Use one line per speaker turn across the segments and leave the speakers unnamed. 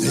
des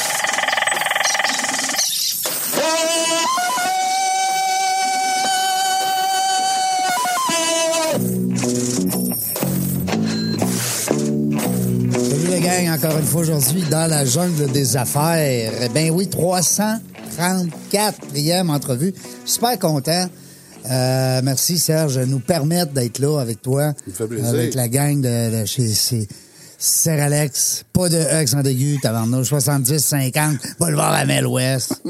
encore une fois aujourd'hui dans la jungle des affaires. Ben oui, 334e entrevue. Super content. Euh, merci Serge de nous permettre d'être là avec toi.
Me fait
avec la gang de, de chez, chez Seralex. Pas de ex en aigu, tabarnouche. 70, 50, boulevard Amel Ouest.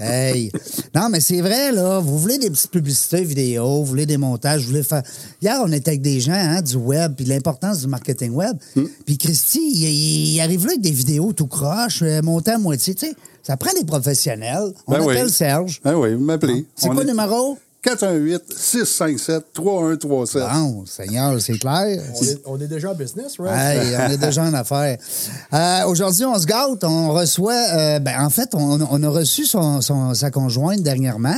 hey. Non, mais c'est vrai, là. Vous voulez des petites publicités vidéo, vous voulez des montages, vous voulez faire. Hier, on était avec des gens, hein, du web, puis l'importance du marketing web.
Hmm.
Puis Christy, il, il arrive là avec des vidéos tout croche, euh, montées à moitié, tu sais. Ça prend des professionnels. On
Ben oui.
appelle Serge. Ah,
Ben oui, vous m'appelez.
C'est
On
quoi
est-
le numéro?
418-657-3137.
Bon, Seigneur, c'est clair.
On est, on est déjà en business, right?
Hey, on est déjà en affaires. Euh, Aujourd'hui, on se gâte. On reçoit. euh, ben, en fait, on, on a reçu son, son- sa conjointe dernièrement,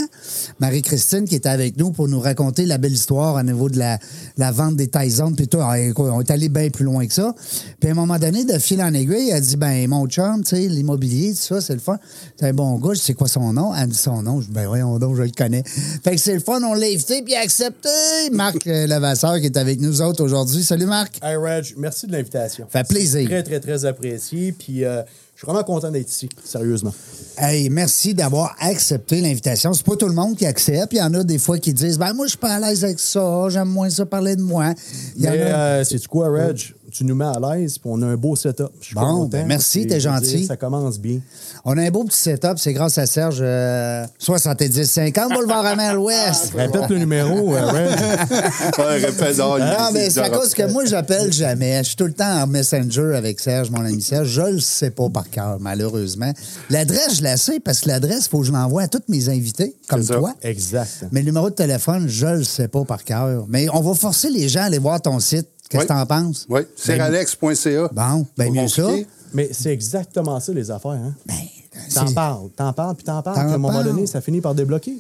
Marie-Christine, qui était avec nous pour nous raconter la belle histoire au niveau de la, la vente des Tyson. Puis tout, Hey, écoute, on est allé bien plus loin que ça. Puis à un moment donné, de fil en aiguille, elle dit Ben, mon chum, tu sais, l'immobilier, tout ça, c'est le fun. C'est un bon gars. Je sais quoi son nom. Elle me dit son nom. Je dis Ben, voyons donc, je le connais. Fait que c'est le fun. On l'a invité, puis il a accepté. Marc euh, Levasseur, qui est avec nous autres aujourd'hui. Salut, Marc.
Hey, Raj, merci de l'invitation.
Ah. Fait plaisir.
C'est Très, très, très apprécié. Puis euh, je suis vraiment content d'être ici, sérieusement.
Hey, merci d'avoir accepté l'invitation. C'est pas tout le monde qui accepte. Il y en a des fois qui disent Ben, moi, je suis pas à l'aise avec ça, j'aime moins ça parler de moi. Il y en
Mais
a-
euh, c'est-tu quoi, Raj? Tu nous mets à l'aise, puis on a un beau setup. Je suis
Bon,
content.
ben merci,
Et
t'es
je veux
gentil.
dire, Ça commence bien.
On a un beau petit setup, c'est grâce à Serge euh, 70-50 Boulevard Amel Ouest.
Répète le numéro, euh, Raj.
Ouais, répète, oh,
Non,
il- il-
mais Ah, ben, c'est à
il-
cause que moi, j'appelle jamais. Je suis tout le temps en Messenger avec Serge, mon ami Serge. Je le sais pas par cœur, malheureusement. L'adresse, je la sais parce que l'adresse, il faut que je l'envoie à tous mes invités, comme
C'est ça.
toi.
exact.
Mais le numéro de téléphone, je le sais pas par cœur. Mais on va forcer les gens à aller voir ton site. Qu'est-ce que
Oui.
t'en penses?
Oui, seralex.ca.
Bon, ben
Pour
mieux ça.
compliquer.
Mais c'est exactement ça, les affaires. Hein? T'en
Ben, c'est-
parles, t'en parles, puis t'en parles.
T'en
puis à un moment
parles.
donné, ça finit par débloquer.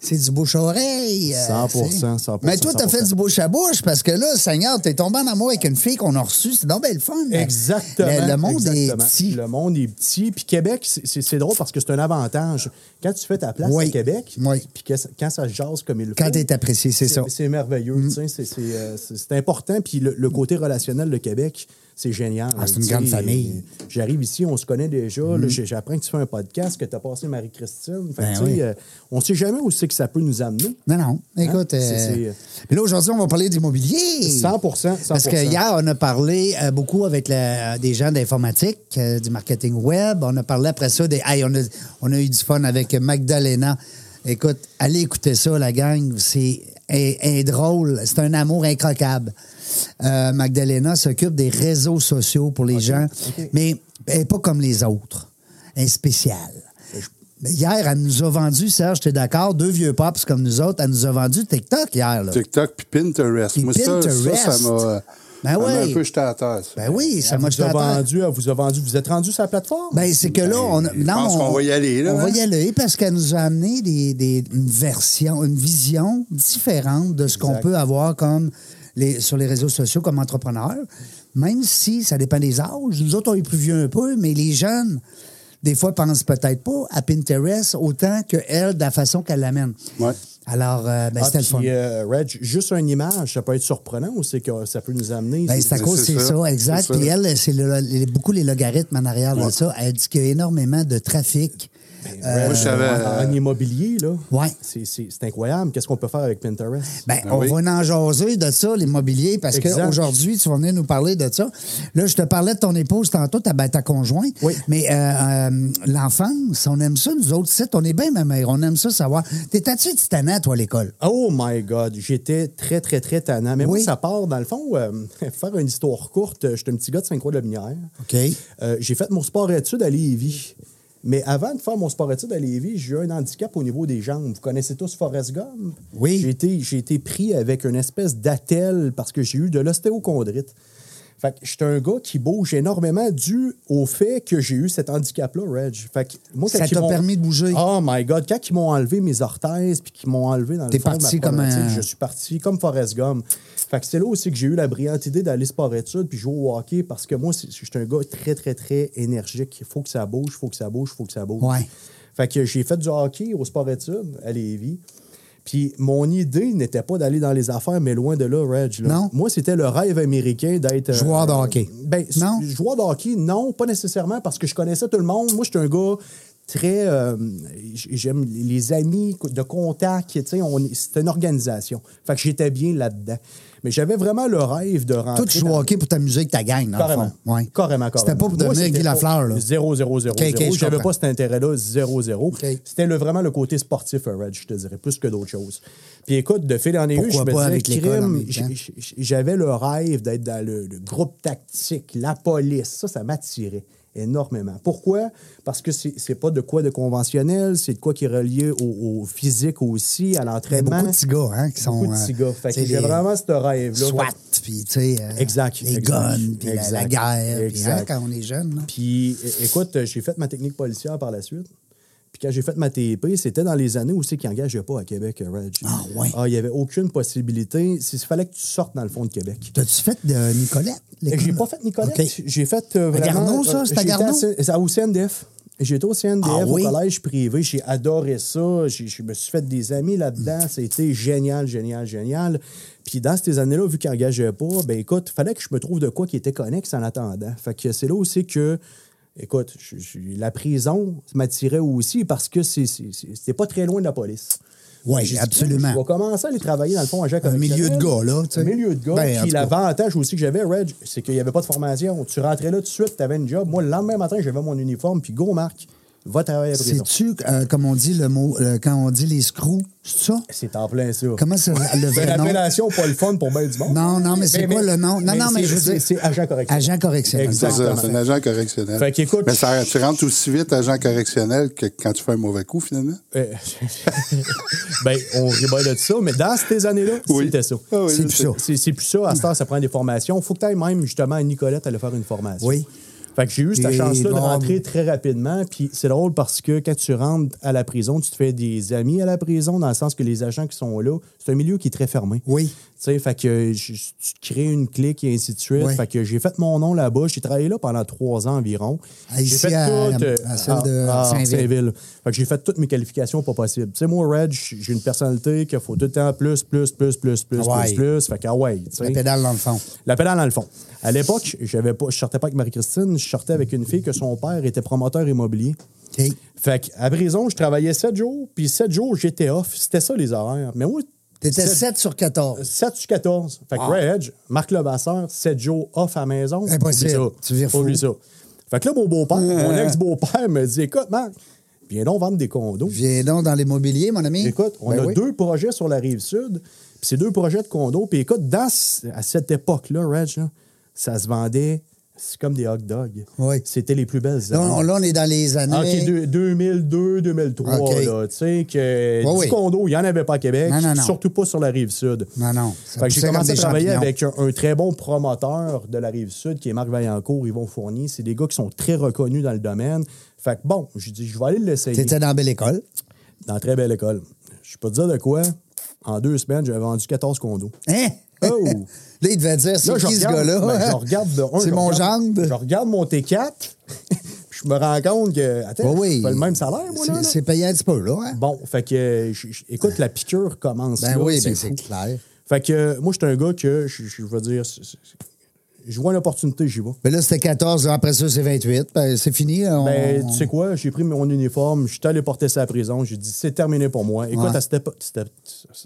C'est du bouche-oreille.
100%, 100%,
euh, Mais toi, t'as fait
100%.
du bouche-à-bouche parce que là, Seigneur, t'es tombé en amour avec une fille qu'on a reçue. C'est donc belle fun. mais-
Exactement.
mais Ben, le monde
exactement.
est petit.
Le monde est petit. Puis Québec, c'est- c'est c'est drôle parce que c'est un avantage. Quand tu fais ta place
Oui.
à Québec,
Oui.
puis que ça- quand ça jase comme il le
Quand
faut,
t'es apprécié, c'est ça. Mm.
C'est merveilleux. tu sais, c'est- C'est euh, c'est- c'est important. Puis le, le côté relationnel de Québec, c'est génial.
Ah, c'est une
Tu sais,
grande famille. Mm.
euh, J'arrive ici, on se connaît déjà. Là, j'ai- J'apprends que tu fais un podcast, que tu as passé Marie-Christine. Fait que,
Ben
tu sais,
oui.
euh, on ne sait jamais où c'est que ça peut nous amener.
Non, non. Écoute,
Hein?
euh,
C'est- c'est-
mais là, aujourd'hui, on va parler d'immobilier.
100%, 100%.
Parce que hier, on a parlé euh, beaucoup avec la- des gens d'informatique, euh, du marketing web. On a parlé après ça des. Hey, on, a, on a eu du fun avec Magdalena. Écoute, allez écouter ça, la gang. C'est est- est drôle. C'est un amour incroquable. Euh, Magdalena s'occupe des réseaux sociaux pour les gens, mais elle n'est pas comme les autres. Elle est spéciale. Mais Hier, elle nous a vendu, Serge, t'es d'accord, deux vieux pops comme nous autres, elle nous a vendu TikTok hier. Là.
TikTok puis Pinterest.
Puis
Moi, ça, ça,
Pinterest.
ça m'a euh,
Ben
ça m'a
oui.
un peu jeté à terre. ça.
Ben oui, ça
Elle
m'a
vous
jeté à
a
terre.
vendu, elle vous a vendu. Vous êtes rendu sur la plateforme?
Ben, c'est que là, on, a-
je
non,
pense
on-
qu'on va y aller, là,
on va
hein?
y aller parce qu'elle nous a amené des, des- une version, une vision différente de ce qu'on
Exact.
peut avoir comme les, sur les réseaux sociaux comme entrepreneur, même si ça dépend des âges. Nous autres, on est plus vieux un peu, mais les jeunes, des fois, pensent peut-être pas à Pinterest autant que elle, de la façon qu'elle l'amène.
Ouais.
Alors, euh, ben,
Ah,
c'était le fun.
puis, euh, Reg, juste une image, ça peut être surprenant ou c'est que ça peut nous amener?
Ben,
C'est-
c'est à cause,
c'est
c'est ça,
ça.
exact.
C'est ça.
Puis elle, c'est le- les- beaucoup les logarithmes en arrière de ça. Elle dit qu'il y a énormément de trafic. euh,
Moi, je savais. euh,
en, en immobilier, là.
Ouais.
C'est- C'est c'est incroyable. Qu'est-ce qu'on peut faire avec Pinterest?
Ben,
Ben
on
oui.
va en jaser de ça, l'immobilier, parce
Exact.
qu'aujourd'hui, tu vas venir nous parler de ça. Là, je te parlais de ton épouse tantôt, ta, ben, ta conjointe.
Oui.
Mais euh, euh, l'enfance, on aime ça, nous autres sites. On est bien, ma mère. On aime ça savoir. T'étais-tu titanant, toi, à l'école?
Oh my God, j'étais très, très, très tannant. Mais moi,
Ben, Oui.
ça part, dans le fond, euh, faire une histoire courte, j'étais un petit gars de Saint-Croix-de-Binière.
OK.
Euh, j'ai fait mon sport études à Lévis. Mais avant de faire mon sport études à Lévis, j'ai eu un handicap au niveau des jambes. Vous connaissez tous Forrest Gump?
Oui.
J'ai été, j'ai été pris avec une espèce d'attelle parce que j'ai eu de l'ostéochondrite. Fait que j'étais un gars qui bouge énormément dû au fait que j'ai eu cet handicap-là, Reg. Fait que moi,
Ça
quand ils
t'a
m'ont-
permis de bouger.
Oh my God. Quand ils m'ont enlevé mes orthèses puis qu'ils m'ont enlevé dans le
T'es
fond de ma
parti comme un-
problématique, je suis parti comme Forrest Gump. Fait que c'est là aussi que j'ai eu la brillante idée d'aller sport-études puis jouer au hockey parce que moi, c'est- je suis un gars très, très, très énergique. Il faut que ça bouge, il faut que ça bouge, il faut que ça bouge.
Ouais.
Fait que j'ai fait du hockey au sport-études à Lévis. Puis mon idée n'était pas d'aller dans les affaires, mais loin de là, Reg. là.
Non.
Moi, c'était le rêve américain d'être... euh,
Joueur de hockey.
Ben,
Non?
non. Joueur de hockey, non, pas nécessairement, parce que je connaissais tout le monde. Moi, j'étais un gars très... euh, J'aime les amis de contact. tu sais, on est- C'était une organisation. Fait que j'étais bien là-dedans. Mais j'avais vraiment le rêve de rentrer...
Toi, tu joues au
dans-
hockey pour t'amuser que ta gang, dans le
Ah, Carrément.
fond. Ouais.
Carrément, carrément.
C'était pas pour
Moi,
devenir
c'était
Guy
pas
Lafleur, là.
0 0 0
Ok, ok, je
J'avais
comprends.
pas cet intérêt-là, 0 0 C'était le, vraiment le côté sportif, euh, Red, je te dirais, plus que d'autres choses. Puis écoute, de fil en aiguille, je
Pourquoi
me
pas
disais,
avec l'école en
crime,
même temps?
j'ai- j'ai- j'avais le rêve d'être dans le, le groupe tactique, la police. Ça, ça m'attirait énormément. Pourquoi? Parce que c'est c'est pas de quoi de conventionnel, c'est de quoi qui est relié au, au physique aussi, à
Il y a
l'entraînement.
beaucoup de petits gars, hein, qui sont.
Beaucoup de
euh,
petits gars. Fait que
tu sais,
j'ai
les
vraiment ce rêve-là.
SWAT, puis tu sais. euh,
Exact,
Les
exact,
guns, puis la, la
exact,
guerre, puis hein,
exact.
quand on est jeune. là.
Puis, é- écoute, euh, j'ai fait ma technique policière par la suite. Puis quand j'ai fait ma TEP, c'était dans les années où c'est qu'ils n'engageaient pas à Québec, euh, Reg.
Ah, ouais.
Ah, il n'y avait aucune possibilité. C'est- Il fallait que tu sortes dans le fond de Québec.
T'as-tu fait de Nicolette?
Et
l'école?
J'ai pas fait Nicolette.
OK.
J'ai fait euh,
À
vraiment...
Garneau, ça?
euh,
C'est à
j'ai été
Garneau?
C- c'est au CNDF. J'étais au CNDF,
Ah oui?
au collège privé. J'ai adoré ça. J'ai- Je me suis fait des amis là-dedans. C'était génial, génial, génial. Puis dans ces années-là, vu qu'ils n'engageaient pas, ben écoute, fallait que je me trouve de quoi qui était connexe en attendant. Fait que c'est là aussi que... Écoute, je- je- la prison m'attirait aussi parce que c'est- c'est- c'est- c'était pas très loin de la police.
Ouais,
J'ai dit,
absolument.
Je vais commencer à aller travailler dans le fond à Jacques
Un milieu de gars, là, tu sais.
Un milieu de gars.
Ben, en
puis
tout cas.
l'avantage aussi que j'avais, Reg, c'est qu'il n'y avait pas de formation. Tu rentrais là tout de suite, tu avais une job. Moi, le lendemain matin, j'avais mon uniforme, puis go, Marc, va travailler à la prison.
C'est-tu, euh, comme on dit le mot, euh, quand on dit les screws, c'est ça?
C'est en plein ça.
Comment ça le
C'est une
vrai nom?
appellation pas le fun pour bien du monde. Ben,
Non, non, mais c'est quoi le nom? Non, non, mais
c'est-
je veux
c'est-
dire-
C'est agent correctionnel.
Agent correctionnel.
C'est ça,
Exactement.
c'est un agent correctionnel.
Fait qu'écoute,
Mais ça, tu rentres aussi vite agent correctionnel que quand tu fais un mauvais coup, finalement.
Euh, ben, on rigole de ça, mais dans ces années-là,
Oui.
c'était ça.
Ah oui,
C'est je plus sais. ça.
C'est, c'est plus ça. À cette heure, ça prend des formations. Faut que tu ailles même justement à Nicolette aller faire une formation.
Oui.
Fait que j'ai eu cette
Et
chance-là de
bon.
rentrer très rapidement. Puis c'est drôle parce que quand tu rentres à la prison, tu te fais des amis à la prison, dans le sens que les agents qui sont là, c'est un milieu qui est très fermé.
Oui.
Tu sais, fait que je- tu te crées une clique et ainsi de suite.
Oui.
Fait que j'ai fait mon nom là-bas. J'ai travaillé là pendant trois ans environ.
Ah,
J'ai
ici,
fait
à-
tout, euh,
à celle de
à- à
Saint-Ville.
Saint-Ville. Fait que j'ai fait toutes mes qualifications pas possibles. Tu sais, moi, Red, j- j'ai une personnalité qu'il faut tout le temps plus, plus, plus, plus, plus,
Ah ouais.
plus, plus. Fait que, ah ouais, tu sais.
La pédale dans le fond.
La pédale dans le fond. À l'époque, j'avais pas, je sortais pas avec Marie-Christine, je sortais avec une fille que son père était promoteur immobilier.
OK.
Fait que, à prison, je travaillais sept jours, puis sept jours, j'étais off. C'était ça, les horaires. Mais moi,
T'étais Ah.
sept-
7 sur 14.
7 sur 14. Fait que Reg, Marc Levasseur, 7 jours off à la maison.
Impossible.
Oublie ça.
Tu vires fou. Euh.
Oublie ça. Fait que là, mon beau-père, mon ex-beau-père me dit Écoute, Marc, viens donc vendre des condos.
Viens donc dans l'immobilier, mon ami.
Écoute, on
Ben
a
oui.
deux projets sur la rive sud, puis c'est deux projets de condos. Puis écoute, dans, ce- à cette époque-là, Reg, là, ça se vendait, c'est comme des hot dogs.
Oui.
C'était les plus belles
Là, on,
années.
là, on est dans les années.
Ah, OK, deux- 2002, 2003,
OK.
là, tu sais, que
Oui,
du
oui.
condo, il n'y en avait pas à Québec,
Non, non, non.
surtout pas sur la Rive-Sud.
Non, non, ça
Fait que j'ai
poussait
commencé
comme
à
des
travailler
champignons.
avec un, un très bon promoteur de la Rive-Sud, qui est Marc Vaillancourt, Yvon Fournier. C'est des gars qui sont très reconnus dans le domaine. Fait que bon, j'ai dit, je vais aller l'essayer
T'étais dans la belle école.
dans la très belle école. Je peux te dire de quoi, en deux semaines, j'avais vendu 14 condos.
Hein?
Oh!
Là, il devait dire, c'est
Là, je
qui ce
regarde,
gars-là?
ben, je regarde de un,
C'est
je
mon
regarde- Je
gendre.
regarde mon T4, puis je me rends compte que, attends,
Oui, oui.
pas le même salaire, moi, là,
C'est-
là.
C'est payé un petit peu, là. Hein?
Bon, fait que, euh, je- je- écoute, la piqûre commence.
Ben
là,
oui, ben,
fou.
c'est clair.
Fait que, euh, moi, j'étais un gars que, je, je veux dire, c'est- c'est- je vois une opportunité, j'y vais.
Mais là, c'était 14, après ça, c'est 28. Ben, c'est fini. on-
Ben, tu sais quoi, j'ai pris mon uniforme, je suis allé porter ça à la prison, j'ai dit, c'est terminé pour moi. Écoute,
Ouais.
à cette époque, c'était,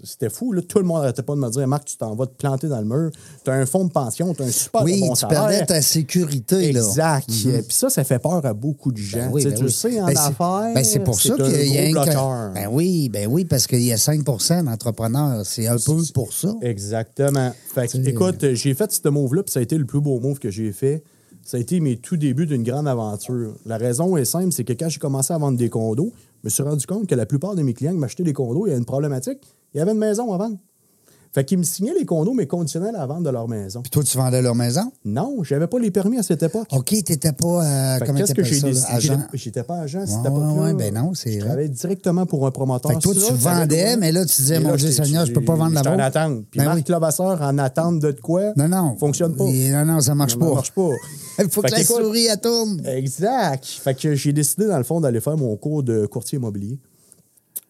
c'était fou, là, tout le monde n'arrêtait pas de me dire, Marc, tu t'en vas te planter dans le mur, t'as un fonds de pension, t'as un super
oui,
bon
tu
salaire.
perdais ta sécurité, là. Mhm.
Exact. Puis ça, ça fait peur à beaucoup de gens.
Ben oui,
Tu sais,
ben
tu
oui.
le sais, en
Ben, c'est-
affaires,
ben, c'est pour ça
un
qu'il y a un
gros
que-
bloqueur.
Ben oui, ben oui, parce qu'il y a 5 d'entrepreneurs. C'est un peu pour ça.
Exactement. Fait que,
C'est-
écoute, j'ai fait ce move-là, puis ça a été le plus beau move que j'ai fait. Ça a été mes tout débuts d'une grande aventure. La raison est simple, c'est que quand j'ai commencé à vendre des condos, je me suis rendu compte que la plupart de mes clients qui m'achetaient des condos, il y avait une problématique. Il y avait une maison à vendre. Fait qu'ils me signaient les condos, mais conditionnels à la vente de leur maison.
Puis toi, tu vendais leur maison?
Non, j'avais pas les permis à cette époque.
OK, t'étais pas, euh,
Fait que
comment
Qu'est-ce que
t'appelles
j'ai
ça, là,
décidé?
agent?
J'ai- J'étais pas agent à cette
Ouais,
époque-là.
ouais, ben non, c'est
Je
vrai.
travaillais directement pour un promoteur.
Fait que toi,
Ça,
tu
ça
vendais,
avait-
mais là, tu disais,
Et
mon
là,
Dieu
j'étais-
Seigneur, je peux pas vendre la
j'étais en
vôtre.
attente. Puis
Ben
Marc
oui.
Lavasseur, en attente de quoi?
Non, non.
Fonctionne pas.
Et non, non, ça marche
Ça
pas.
marche pas.
Il faut
Fait
que la
qu'écoute,
souris, elle tourne.
Exact. Fait que j'ai décidé, dans le fond, d'aller faire mon cours de courtier immobilier.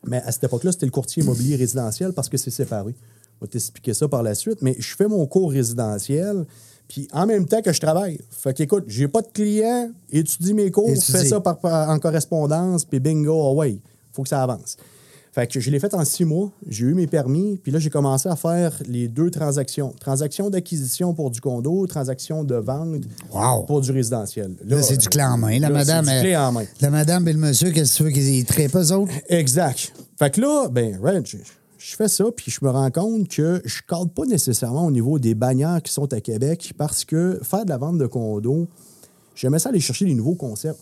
Mais à cette époque-là, c'était le courtier immobilier résidentiel parce que c'est séparé. On va t'expliquer ça par la suite. Mais je fais mon cours résidentiel, puis en même temps que je travaille. Fait qu'écoute, j'ai pas de clients, étudie mes cours,
Étudie.
fais ça par, par- en correspondance, puis bingo, away. Faut que ça avance. Fait que je l'ai fait en six mois, j'ai eu mes permis, puis là, j'ai commencé à faire les deux transactions. Transaction d'acquisition pour du condo, transaction de vente
Wow.
pour du résidentiel.
Là, c'est du clé en main. La
Là,
madame.
c'est du clé
euh,
en main.
La madame et le monsieur, qu'est-ce que tu veux qu'ils traitent pas, eux autres?
Exact. Fait que là, ben, Reg, je- je fais ça, puis je me rends compte que je ne pas nécessairement au niveau des bannières qui sont à Québec parce que faire de la vente de condos, j'aimais ça aller chercher des nouveaux concepts,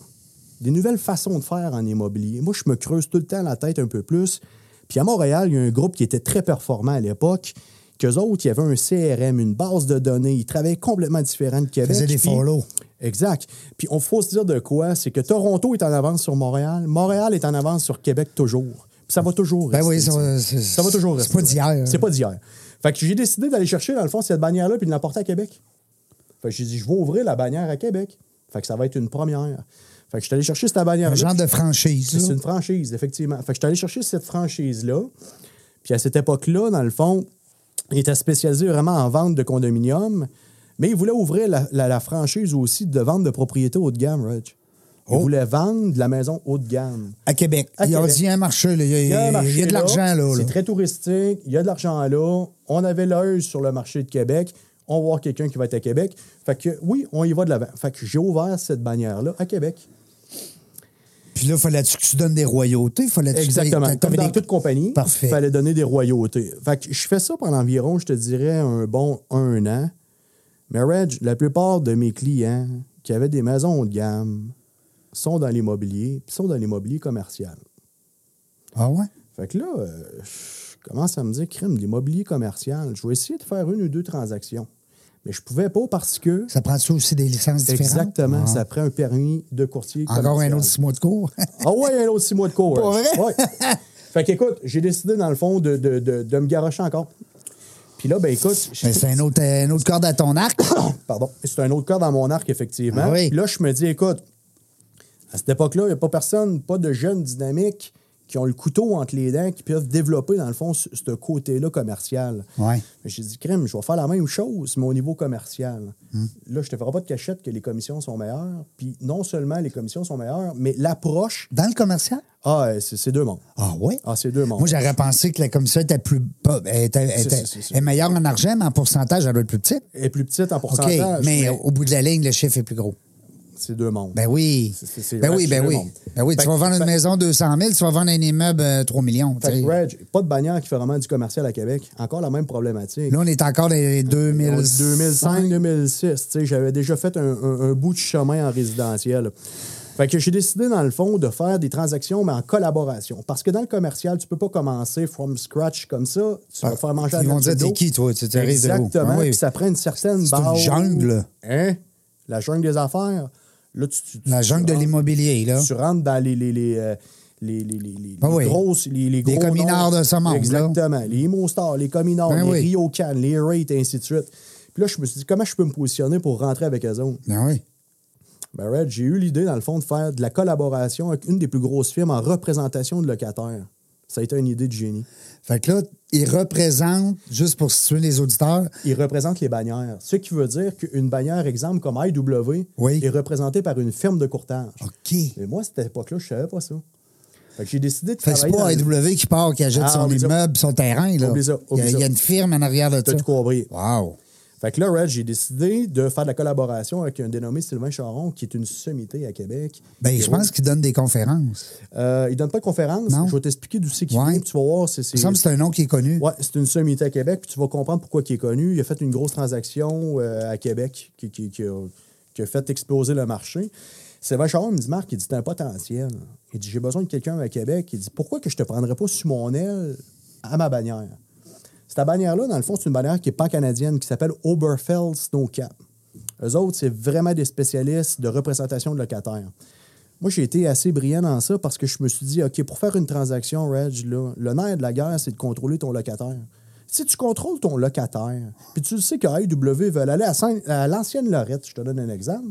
des nouvelles façons de faire en immobilier. Moi, je me creuse tout le temps la tête un peu plus. Puis à Montréal, il y a un groupe qui était très performant à l'époque. Qu'eux autres, il y avait un CRM, une base de données. Ils travaillaient complètement différent de Québec.
Faisaient des
puis-
follow.
Exact. Puis on faut se dire de quoi, c'est que Toronto est en avance sur Montréal, Montréal est en avance sur Québec toujours. Puis ça va toujours
Ben
rester.
oui, ça va- c'est-
Ça va toujours
c'est
rester.
pas
ouais.
d'hier.
C'est pas d'hier. Fait que j'ai décidé d'aller chercher, dans le fond, cette bannière-là puis de l'apporter à Québec. Fait que j'ai dit, je vais ouvrir la bannière à Québec. Fait que ça va être une première. Fait que je suis allé chercher cette bannière-là.
Un genre de
C'est
franchise.
c'est
là.
une franchise, effectivement. Fait que je suis allé chercher cette franchise-là. Puis à cette époque-là, dans le fond, il était spécialisé vraiment en vente de condominiums, mais il voulait ouvrir la, la- la franchise aussi de vente de propriétés haut de gamme, Reg. Il voulait vendre de la maison haut de gamme.
À Québec.
À
Ils ont
Québec.
dit, il y a un marché, là. Il y a,
un
il y
marché
a de l'argent, là. là.
C'est très touristique. Il y a de l'argent là. On avait l'œil sur le marché de Québec. On va voir quelqu'un qui va être à Québec. Fait que oui, on y va de l'avant. Fait que j'ai ouvert cette bannière-là à Québec.
Puis là, fallait-tu que tu donnes des royautés? Fallait-tu
Exactement.
t'avais
Comme dans
des-
toute compagnie,
Parfait.
il fallait donner des royautés. Fait que je fais ça pendant environ, je te dirais, un bon un an. Mais Reg, la plupart de mes clients qui avaient des maisons haut de gamme sont dans l'immobilier, puis sont dans l'immobilier commercial.
Ah ouais?
Fait que là, euh, je commence à me dire, crime, l'immobilier commercial, je vais essayer de faire une ou deux transactions. Mais je pouvais pas parce que,
Ça prend-tu aussi des licences différentes?
exactement,
Ah.
ça prend un permis de courtier
Encore un
commercial.
autre six mois de cours?
Ah ouais, un autre six mois de cours.
Pour
hein.
vrai?
Ouais. Fait qu'écoute, j'ai décidé, dans le fond, de, de, de, de me garocher encore. Puis là, ben écoute, je-
Mais c'est un autre, un autre corde à ton arc.
pardon, c'est un autre cas dans mon arc, effectivement.
Ah oui.
Puis là, je me dis, écoute, à cette époque-là, il n'y a pas personne, pas de jeunes dynamiques qui ont le couteau entre les dents, qui peuvent développer, dans le fond, ce, ce côté-là commercial.
Ouais.
J'ai dit, crème, je vais faire la même chose, mais au niveau commercial.
Hmm.
Là, je te ferai pas de cachette que les commissions sont meilleures. Puis non seulement les commissions sont meilleures, mais l'approche
Dans le commercial?
ah, c'est c'est deux mondes.
Ah ouais?
Ah, c'est deux mondes.
Moi, j'aurais pensé que la commission était plus bas- était, était-
c'est, c'est, c'est.
est meilleure en argent, mais en pourcentage, elle doit être plus petite.
Elle est plus petite en
OK,
pourcentage.
mais,
mais
au bout de la ligne, le chiffre est plus gros.
c'est deux mondes.
Ben oui.
C'est- c'est- c'est
ben oui, ben oui.
absolument.
Ben oui, tu
Fait
vas
que-
vendre une
fait-
maison 200 000, tu vas vendre un immeuble euh, 3 millions. tu
fait
sais.
que Reg, pas de bannière qui fait vraiment du commercial à Québec. Encore la même problématique.
Là, on est encore dans
Euh,
les 2000...
2005-2006, j'avais déjà fait un, un- un bout de chemin en résidentiel. Fait que j'ai décidé, dans le fond, de faire des transactions, mais en collaboration. Parce que dans le commercial, tu peux pas commencer from scratch comme ça. Tu vas
Ah,
faire manger à
ils vont
notre
dire,
dos.
t'es qui, toi? Tu- tu arrives de où?
Exactement.
Ah oui.
Puis ça prend une certaine
C'est une
base.
jungle.
Hein? La jungle des affaires. Là, tu, tu- tu-
La jungle de
tu-
l'immobilier, là.
tu rentres dans les, les, les, euh, les, les, les, les-
Ben
les
oui.
grosses, les, les gros
Les communards
noms.
de ce monde, là.
Exactement. Les Imostars, les communards,
Ben
les
oui.
Ryokan, les Rate, et ainsi de suite. Puis là, je me suis dit, comment je peux me positionner pour rentrer avec eux autres?
Ah oui.
Ben, Red, j'ai eu l'idée, dans le fond, de faire de la collaboration avec une des plus grosses firmes en représentation de locataires. Ça a été une idée de génie.
Fait que là, ils représentent, juste pour situer les auditeurs,
Ils représentent les bannières. Ce qui veut dire qu'une bannière, exemple, comme IW,
Oui.
est représentée par une firme de courtage.
OK.
Mais moi, à cette époque-là, je savais pas ça. Fait que j'ai décidé de
Fait que c'est
travailler
pas
dans-
AW qui part, qui achète
Ah,
son
oublie ça.
immeuble, son terrain. Là.
Oublie ça,
il, y
oublie
a, il y a
ça.
une firme en arrière de
T'as
ça.
tout compris.
Wow.
Fait que là, Red, j'ai décidé de faire de la collaboration avec un dénommé Sylvain Charon, qui est une sommité à Québec.
Ben, je
Qui-
pense qu'il donne des conférences.
Euh, il donne pas de conférence.
Non.
Je vais t'expliquer d'où c'est qu'il
Ouais.
vient, puis tu vas voir. C'est,
Il me semble que c'est un nom qui est connu.
Ouais, c'est une sommité à Québec, puis tu vas comprendre pourquoi il est connu. Il a fait une grosse transaction euh, à Québec qui, qui- qui a, qui a fait exploser le marché. Sylvain Charon me dit Marc, il dit T'as un potentiel. Il dit J'ai besoin de quelqu'un à Québec. Il dit Pourquoi que je te prendrais pas sous mon aile à ma bannière Cette bannière-là, dans le fond, c'est une bannière qui est pan-canadienne, qui s'appelle Oberfell Snowcap. Eux autres, c'est vraiment des spécialistes de représentation de locataires. Moi, j'ai été assez brillant dans ça parce que je me suis dit, OK, pour faire une transaction, Reg, là, le nerf de la guerre, c'est de contrôler ton locataire. Si tu contrôles ton locataire, puis tu le sais que AEW veulent aller à, Saint- à l'ancienne Lorette, je te donne un exemple,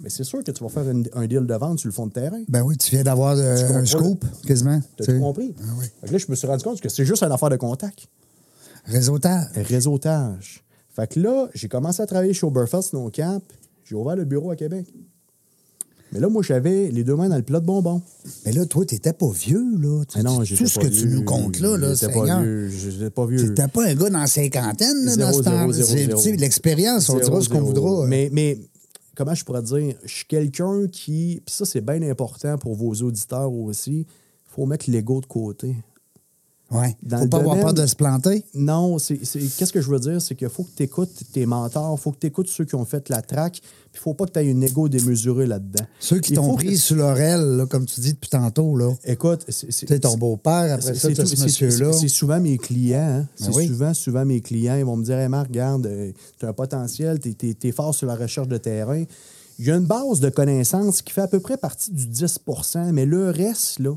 mais c'est sûr que tu vas faire une- un deal de vente sur le fond de terrain.
Ben oui, tu viens d'avoir euh, un
comprends
scoop, quasiment. tu
T'as
sais.
compris?
Ah oui.
Fait que là, je me suis rendu compte que c'est juste une affaire de contact.
Réseautage.
Réseautage. Fait que là, j'ai commencé à travailler chez Oberfest, non cap. J'ai ouvert le bureau à Québec. Mais là, moi, j'avais les deux mains dans le plat de bonbons.
Mais là, toi, t'étais pas vieux, là. Tu-
Mais non,
tu-
j'étais
tout ce
pas
que tu
vieux.
nous comptes là, là,
J'étais
Seigneur.
pas vieux. J'étais pas vieux.
T'étais pas un gars dans la cinquantaine, là, dans
Zéro,
ce temps
zéro, zéro,
C'est-
zéro.
tu sais, L'expérience, on
Zéro,
dira ce qu'on
zéro.
voudra.
Mais, mais comment je pourrais dire? Je suis quelqu'un qui. Puis ça, c'est bien important pour vos auditeurs aussi. Il faut mettre l'ego de côté.
euh, Ouais.
dans
Faut
le
pas avoir
domaine-
peur de se planter.
Non, c'est. c'est- Qu'est-ce que je veux dire? C'est qu'il faut que tu écoutes tes mentors, il faut que tu écoutes ceux qui ont fait la traque, puis faut pas que tu aies une ego démesurée là-dedans.
Ceux qui
Il faut
t'ont
que-
pris sur leur aile, là, comme tu dis depuis tantôt, là.
Écoute, c'est.
Tu sais,
c'est-
ton beau-père, après
C'est-
ça,
c'est
t'as
tout-
ce
c'est-
monsieur-là.
c'est- C'est souvent mes clients. hein.
Ben
C'est
oui.
souvent, souvent mes clients. Ils vont me dire Hey, Marc, regarde, tu as un potentiel, tu es, fort sur la recherche de terrain. Il y a une base de connaissances qui fait à peu près partie du 10 mais le reste, là,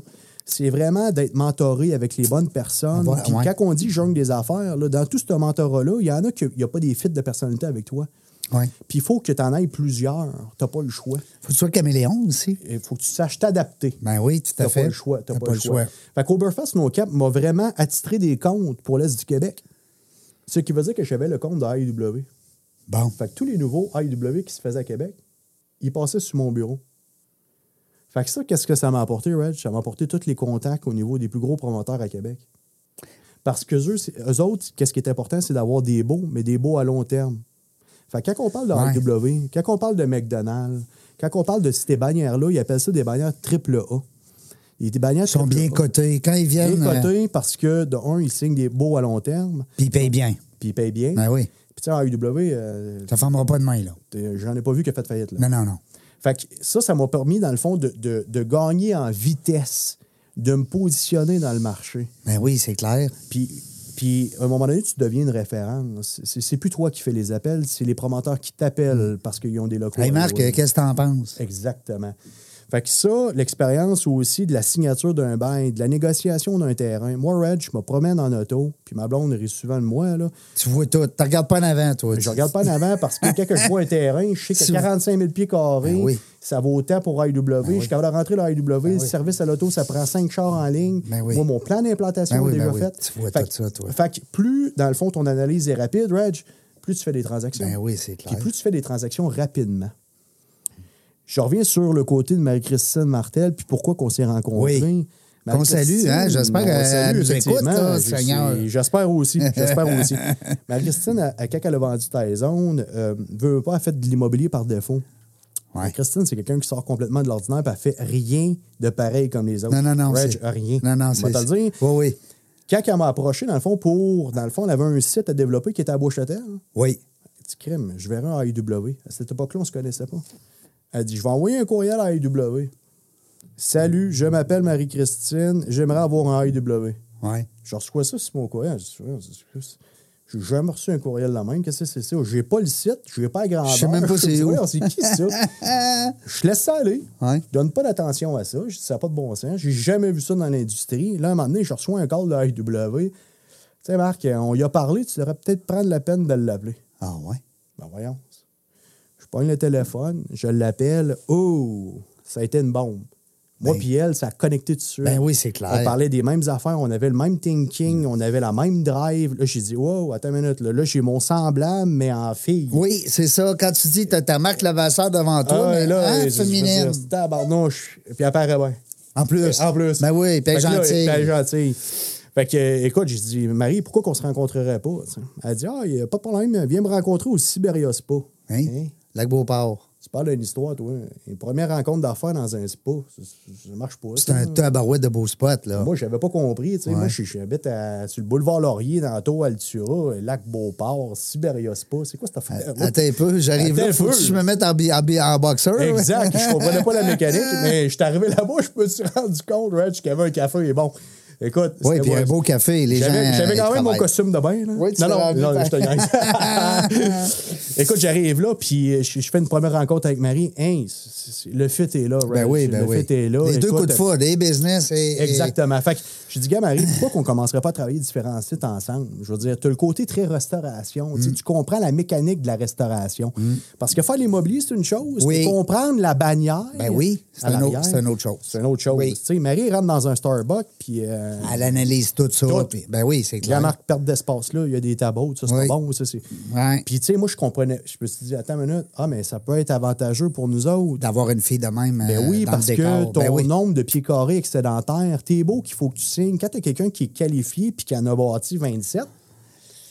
c'est vraiment d'être mentoré avec les bonnes personnes.
Ouais,
Puis
ouais.
quand on dit jongle des affaires, là, dans tout ce mentorat-là, il y en a qui n'y a pas des fits de personnalité avec toi.
Ouais.
Puis il faut que tu en ailles plusieurs. Tu pas le choix.
Faut que tu sois caméléon aussi.
Il faut que tu saches t'adapter.
Ben oui, tout à
T'as
fait.
pas le choix. T'as
T'as
pas, le choix. Fait qu'Oberfest, No Cap m'a vraiment attitré des comptes pour l'Est du Québec. Ce qui veut dire que j'avais le compte de AEW.
Bon.
Fait que tous les nouveaux AEW qui se faisaient à Québec, ils passaient sur mon bureau. Fait que ça, qu'est-ce que ça m'a apporté, Reg? Ça m'a apporté tous les contacts au niveau des plus gros promoteurs à Québec. Parce que eux, c'est- eux autres, qu'est-ce qui est important, c'est d'avoir des beaux, mais des beaux à long terme. Fait que quand on parle de AEW, quand on parle de McDonald's, quand on parle de ces bannières-là, ils appellent ça des bannières triple A. Et des bannières
Ils sont bien cotés. Quand ils
Bien
viennent, euh,
cotés parce que, de un, ils signent des beaux à long terme,
puis ils payent bien.
puis ils payent bien.
Ben oui.
Puis tu sais, AEW, euh,
Ça ne fermera pas de main, là.
t'es- euh, j'en ai pas vu qui a fait faillite. Là.
Non, non, non.
Fait que ça, ça m'a permis, dans le fond, de, de- de gagner en vitesse, de me positionner dans le marché.
Ben oui, c'est clair.
Puis, puis à un moment donné, tu deviens une référence. C'est, c'est plus toi qui fais les appels, c'est les promoteurs qui
Mm.
t'appellent parce qu'ils ont des locaux.
Hey Marc,
Ouais.
euh, qu'est-ce que t'en penses?
Exactement. Fait que ça, l'expérience aussi de la signature d'un bail, de la négociation d'un terrain. Moi, Red, je me promène en auto, puis ma blonde rit souvent de moi, là.
Tu vois tout. Tu regardes pas en avant, toi.
Je regarde pas en avant parce que quand je vois un terrain, je sais que
Si vous-
45 000 pieds carrés,
Ben oui. Ben
ça vaut autant pour AEW. Je suis capable de rentrer dans AEW. le service à l'auto, ça prend 5 chars en ligne.
Ben oui.
Moi, mon plan d'implantation
Ben
est
oui,
déjà
ben oui.
fait.
Tu vois
Fait
tout
que-
ça, toi.
Fait que plus, dans le fond, ton analyse est rapide, Reg, plus tu fais des transactions.
Ben oui, c'est clair.
Puis plus tu fais des transactions rapidement. Je reviens sur le côté de Marie-Christine Martel, puis pourquoi qu'on s'est rencontrés.
Oui.
Marie-Christine,
Qu'on salue, hein, j'espère
Bah, on
qu'elle
salue,
nous écoute,
effectivement.
là,
Je-
Seigneur.
c'est- J'espère aussi, j'espère aussi. Marie-Christine, à- à- quand elle a vendu Taizone, euh, veut veut pas, elle fait de l'immobilier par défaut.
Ouais.
Marie-Christine, c'est quelqu'un qui sort complètement de l'ordinaire, puis elle fait rien de pareil comme les autres.
Non, non, non.
Reg
c'est-
a rien.
Non, non,
On va
c'est.
te le dire.
Oui, oui.
Quand elle m'a approché, dans le fond, pour. Dans le fond, elle avait un site à développer qui était à Beauchâtel.
Oui.
Elle dit crime, je verrai un AEW. À cette époque-là, on se connaissait pas. Elle dit Je vais envoyer un courriel à AEW. Salut, je m'appelle Marie-Christine, j'aimerais avoir un AEW.
Ouais.
Je reçois ça sur mon courriel. Je dis, Voyons, c'est- c'est- j'ai jamais reçu un courriel de la même. Qu'est-ce que c'est ça? J'ai pas le site, je n'ai pas la grandeur.
Je sais même pas c'est
dis,
où.
Voyons, C'est qui ça? je laisse ça aller.
Ouais.
Je donne pas d'attention à ça. Je dis, ça n'a pas de bon sens. J'ai jamais vu ça dans l'industrie. Là, à un moment donné, je reçois un call de AEW. Tu sais, Marc, on y a parlé, tu devrais peut-être prendre la peine de l'appeler.
Ah, ouais.
Ben voyons. Je pogne le téléphone, je l'appelle. Oh, ça a été une bombe. Moi puis elle, ça a connecté tout de suite.
Ben oui, c'est clair.
On parlait des mêmes affaires, on avait le même
Mm.
thinking, on avait la même drive. Là, j'ai dit, wow, attends une minute, là, Là, j'ai mon semblable, mais en fille.
Oui, c'est ça. Quand tu dis, t'as ta marque Lavasseur devant toi,
Ah,
mais
là,
hein,
je- je veux
féminine.
dire, c'est tabarnouche. Puis elle paraît bien.
En plus.
En plus.
Ben oui, puis elle est
Fait que là,
gentille.
elle est gentille. Fait que, euh, écoute, j'ai dit, Marie, pourquoi qu'on se rencontrerait pas? tu sais? Elle dit, ah, il n'y a pas de problème, viens me rencontrer au Siberia Spa.
Hein?
Hein?
Lac Beauport.
Tu parles d'une histoire, toi. Une première rencontre d'affaires dans un spa, ça, ça- ça marche pas.
C'est
ça.
un tabarouette de beau spot, là.
Mm. Moi, j'avais pas compris. tu sais. Moi, je- j'habite à- sur le boulevard Laurier, dans Tau, Altura, Lac Beauport, Sibéria Spa. C'est quoi cette affaire?
Attends un peu, j'arrive
Attends
là,
un
faut que
peu.
je me mette en, bi- en, bi- en boxeur.
Exact. Je comprenais pas la mécanique, mais je suis arrivé là-bas, je me suis rendu compte, Rich, qu'il y avait un café. Et bon, écoute.
Oui,
c'était
puis un
moi-
beau café, les gens.
J'avais j'avais
euh,
quand même mon
travaillent.
costume de bain. Là.
Oui, tu
non, non,
l'avais
non,
habillé
je te niaise. Écoute, j'arrive là, puis euh, je, je fais une première rencontre avec Marie. Hein, c'est- c'est- le fit est là, Rich.
Ben oui, ben
le
oui.
fit est là.
les deux
Écoute,
coups de foudre, et business et. et-
Exactement. Fait que je dis, gars, Marie, pourquoi qu'on commencerait pas à travailler différents sites ensemble? Je veux dire, tu as le côté très restauration.
Mm.
Tu sais, Tu comprends la mécanique de la restauration. Parce que faire l'immobilier, c'est une chose.
Oui.
Mais comprendre la bannière.
Ben oui, c'est
à
un autre-
l'arrière,
c'est une autre chose.
C'est une autre chose.
Oui. Ah,
Tu sais, Marie rentre dans un Starbucks, puis. euh,
Elle analyse tout ça.
Tout.
puis- ben oui, c'est
il y a
clair.
la marque perte d'espace là, il y a des tableaux, ça c'est
Oui.
pas bon, ça c'est.
Ouais.
Puis tu sais, moi je comprenais, je me suis dit attends une minute, ah mais ça peut être avantageux pour nous autres.
D'avoir une fille de même.
Ben
euh,
oui,
dans
parce
le décor.
que ton
Ben oui.
nombre de pieds carrés excédentaires, t'es beau qu'il faut que tu signes. Quand t'as quelqu'un qui est qualifié puis qui en a bâti 27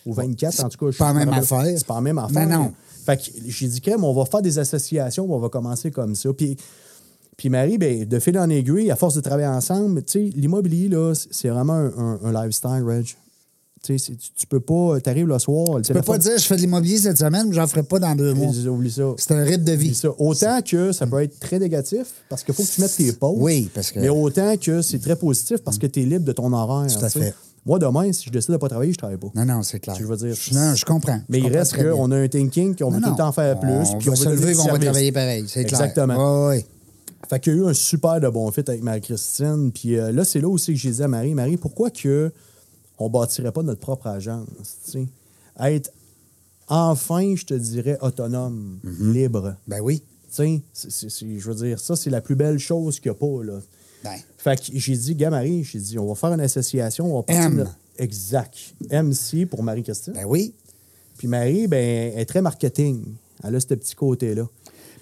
ou 24, en tout cas, je
pas la
sais
même
comment-
affaire.
C'est pas la même
Ben
affaire.
non.
Fait que j'ai dit quand même, on va faire des associations, on va commencer comme ça. Puis, puis Marie, ben, de fil en aiguille, à force de travailler ensemble, tu sais, l'immobilier, là, c'est- c'est vraiment un, un- un lifestyle, Reg. Tu sais, c'est- tu- tu peux pas, t'arrives le soir, le
Tu peux pas dire je fais de l'immobilier cette semaine, mais j'en ferai pas dans deux mois.
Oublie ça.
C'est un rythme de
Puis
vie.
ça, autant que ça peut être très négatif parce qu'il faut que tu mettes tes pauses.
Oui, parce que-
Mais autant que c'est très positif parce que tu es libre de ton horaire.
Tout à
tu sais.
fait.
Moi, demain, si je décide de pas travailler, je travaille pas.
Non, non, c'est clair.
Tu veux dire-
Je- non, je comprends.
Mais
Je
il
comprends
reste
très bien.
qu'on a un thinking, qu'on veut
Non,
tout le temps faire plus.
On
puis
va
on veut
se
donner
lever,
du
on va
service.
travailler pareil. C'est clair.
Exactement.
Ouais, ouais.
Fait qu'il y a eu un super de bon fit avec Marie-Christine. Puis euh, là, c'est là aussi que j'ai dit à Marie, Marie, pourquoi que on bâtirait pas notre propre agence? tu sais? Être enfin, je te dirais, autonome, libre.
Ben oui.
Tu sais, c'est- c'est- c'est- je veux dire, ça, c'est la plus belle chose qu'il n'y a pas, là.
Ben.
Fait que j'ai dit, gars, Marie, j'ai dit, on va faire une association, on va partir
M.
de- Exact. MC pour Marie-Christine.
Ben oui.
Puis Marie, ben, elle est très marketing. Elle a ce petit côté-là.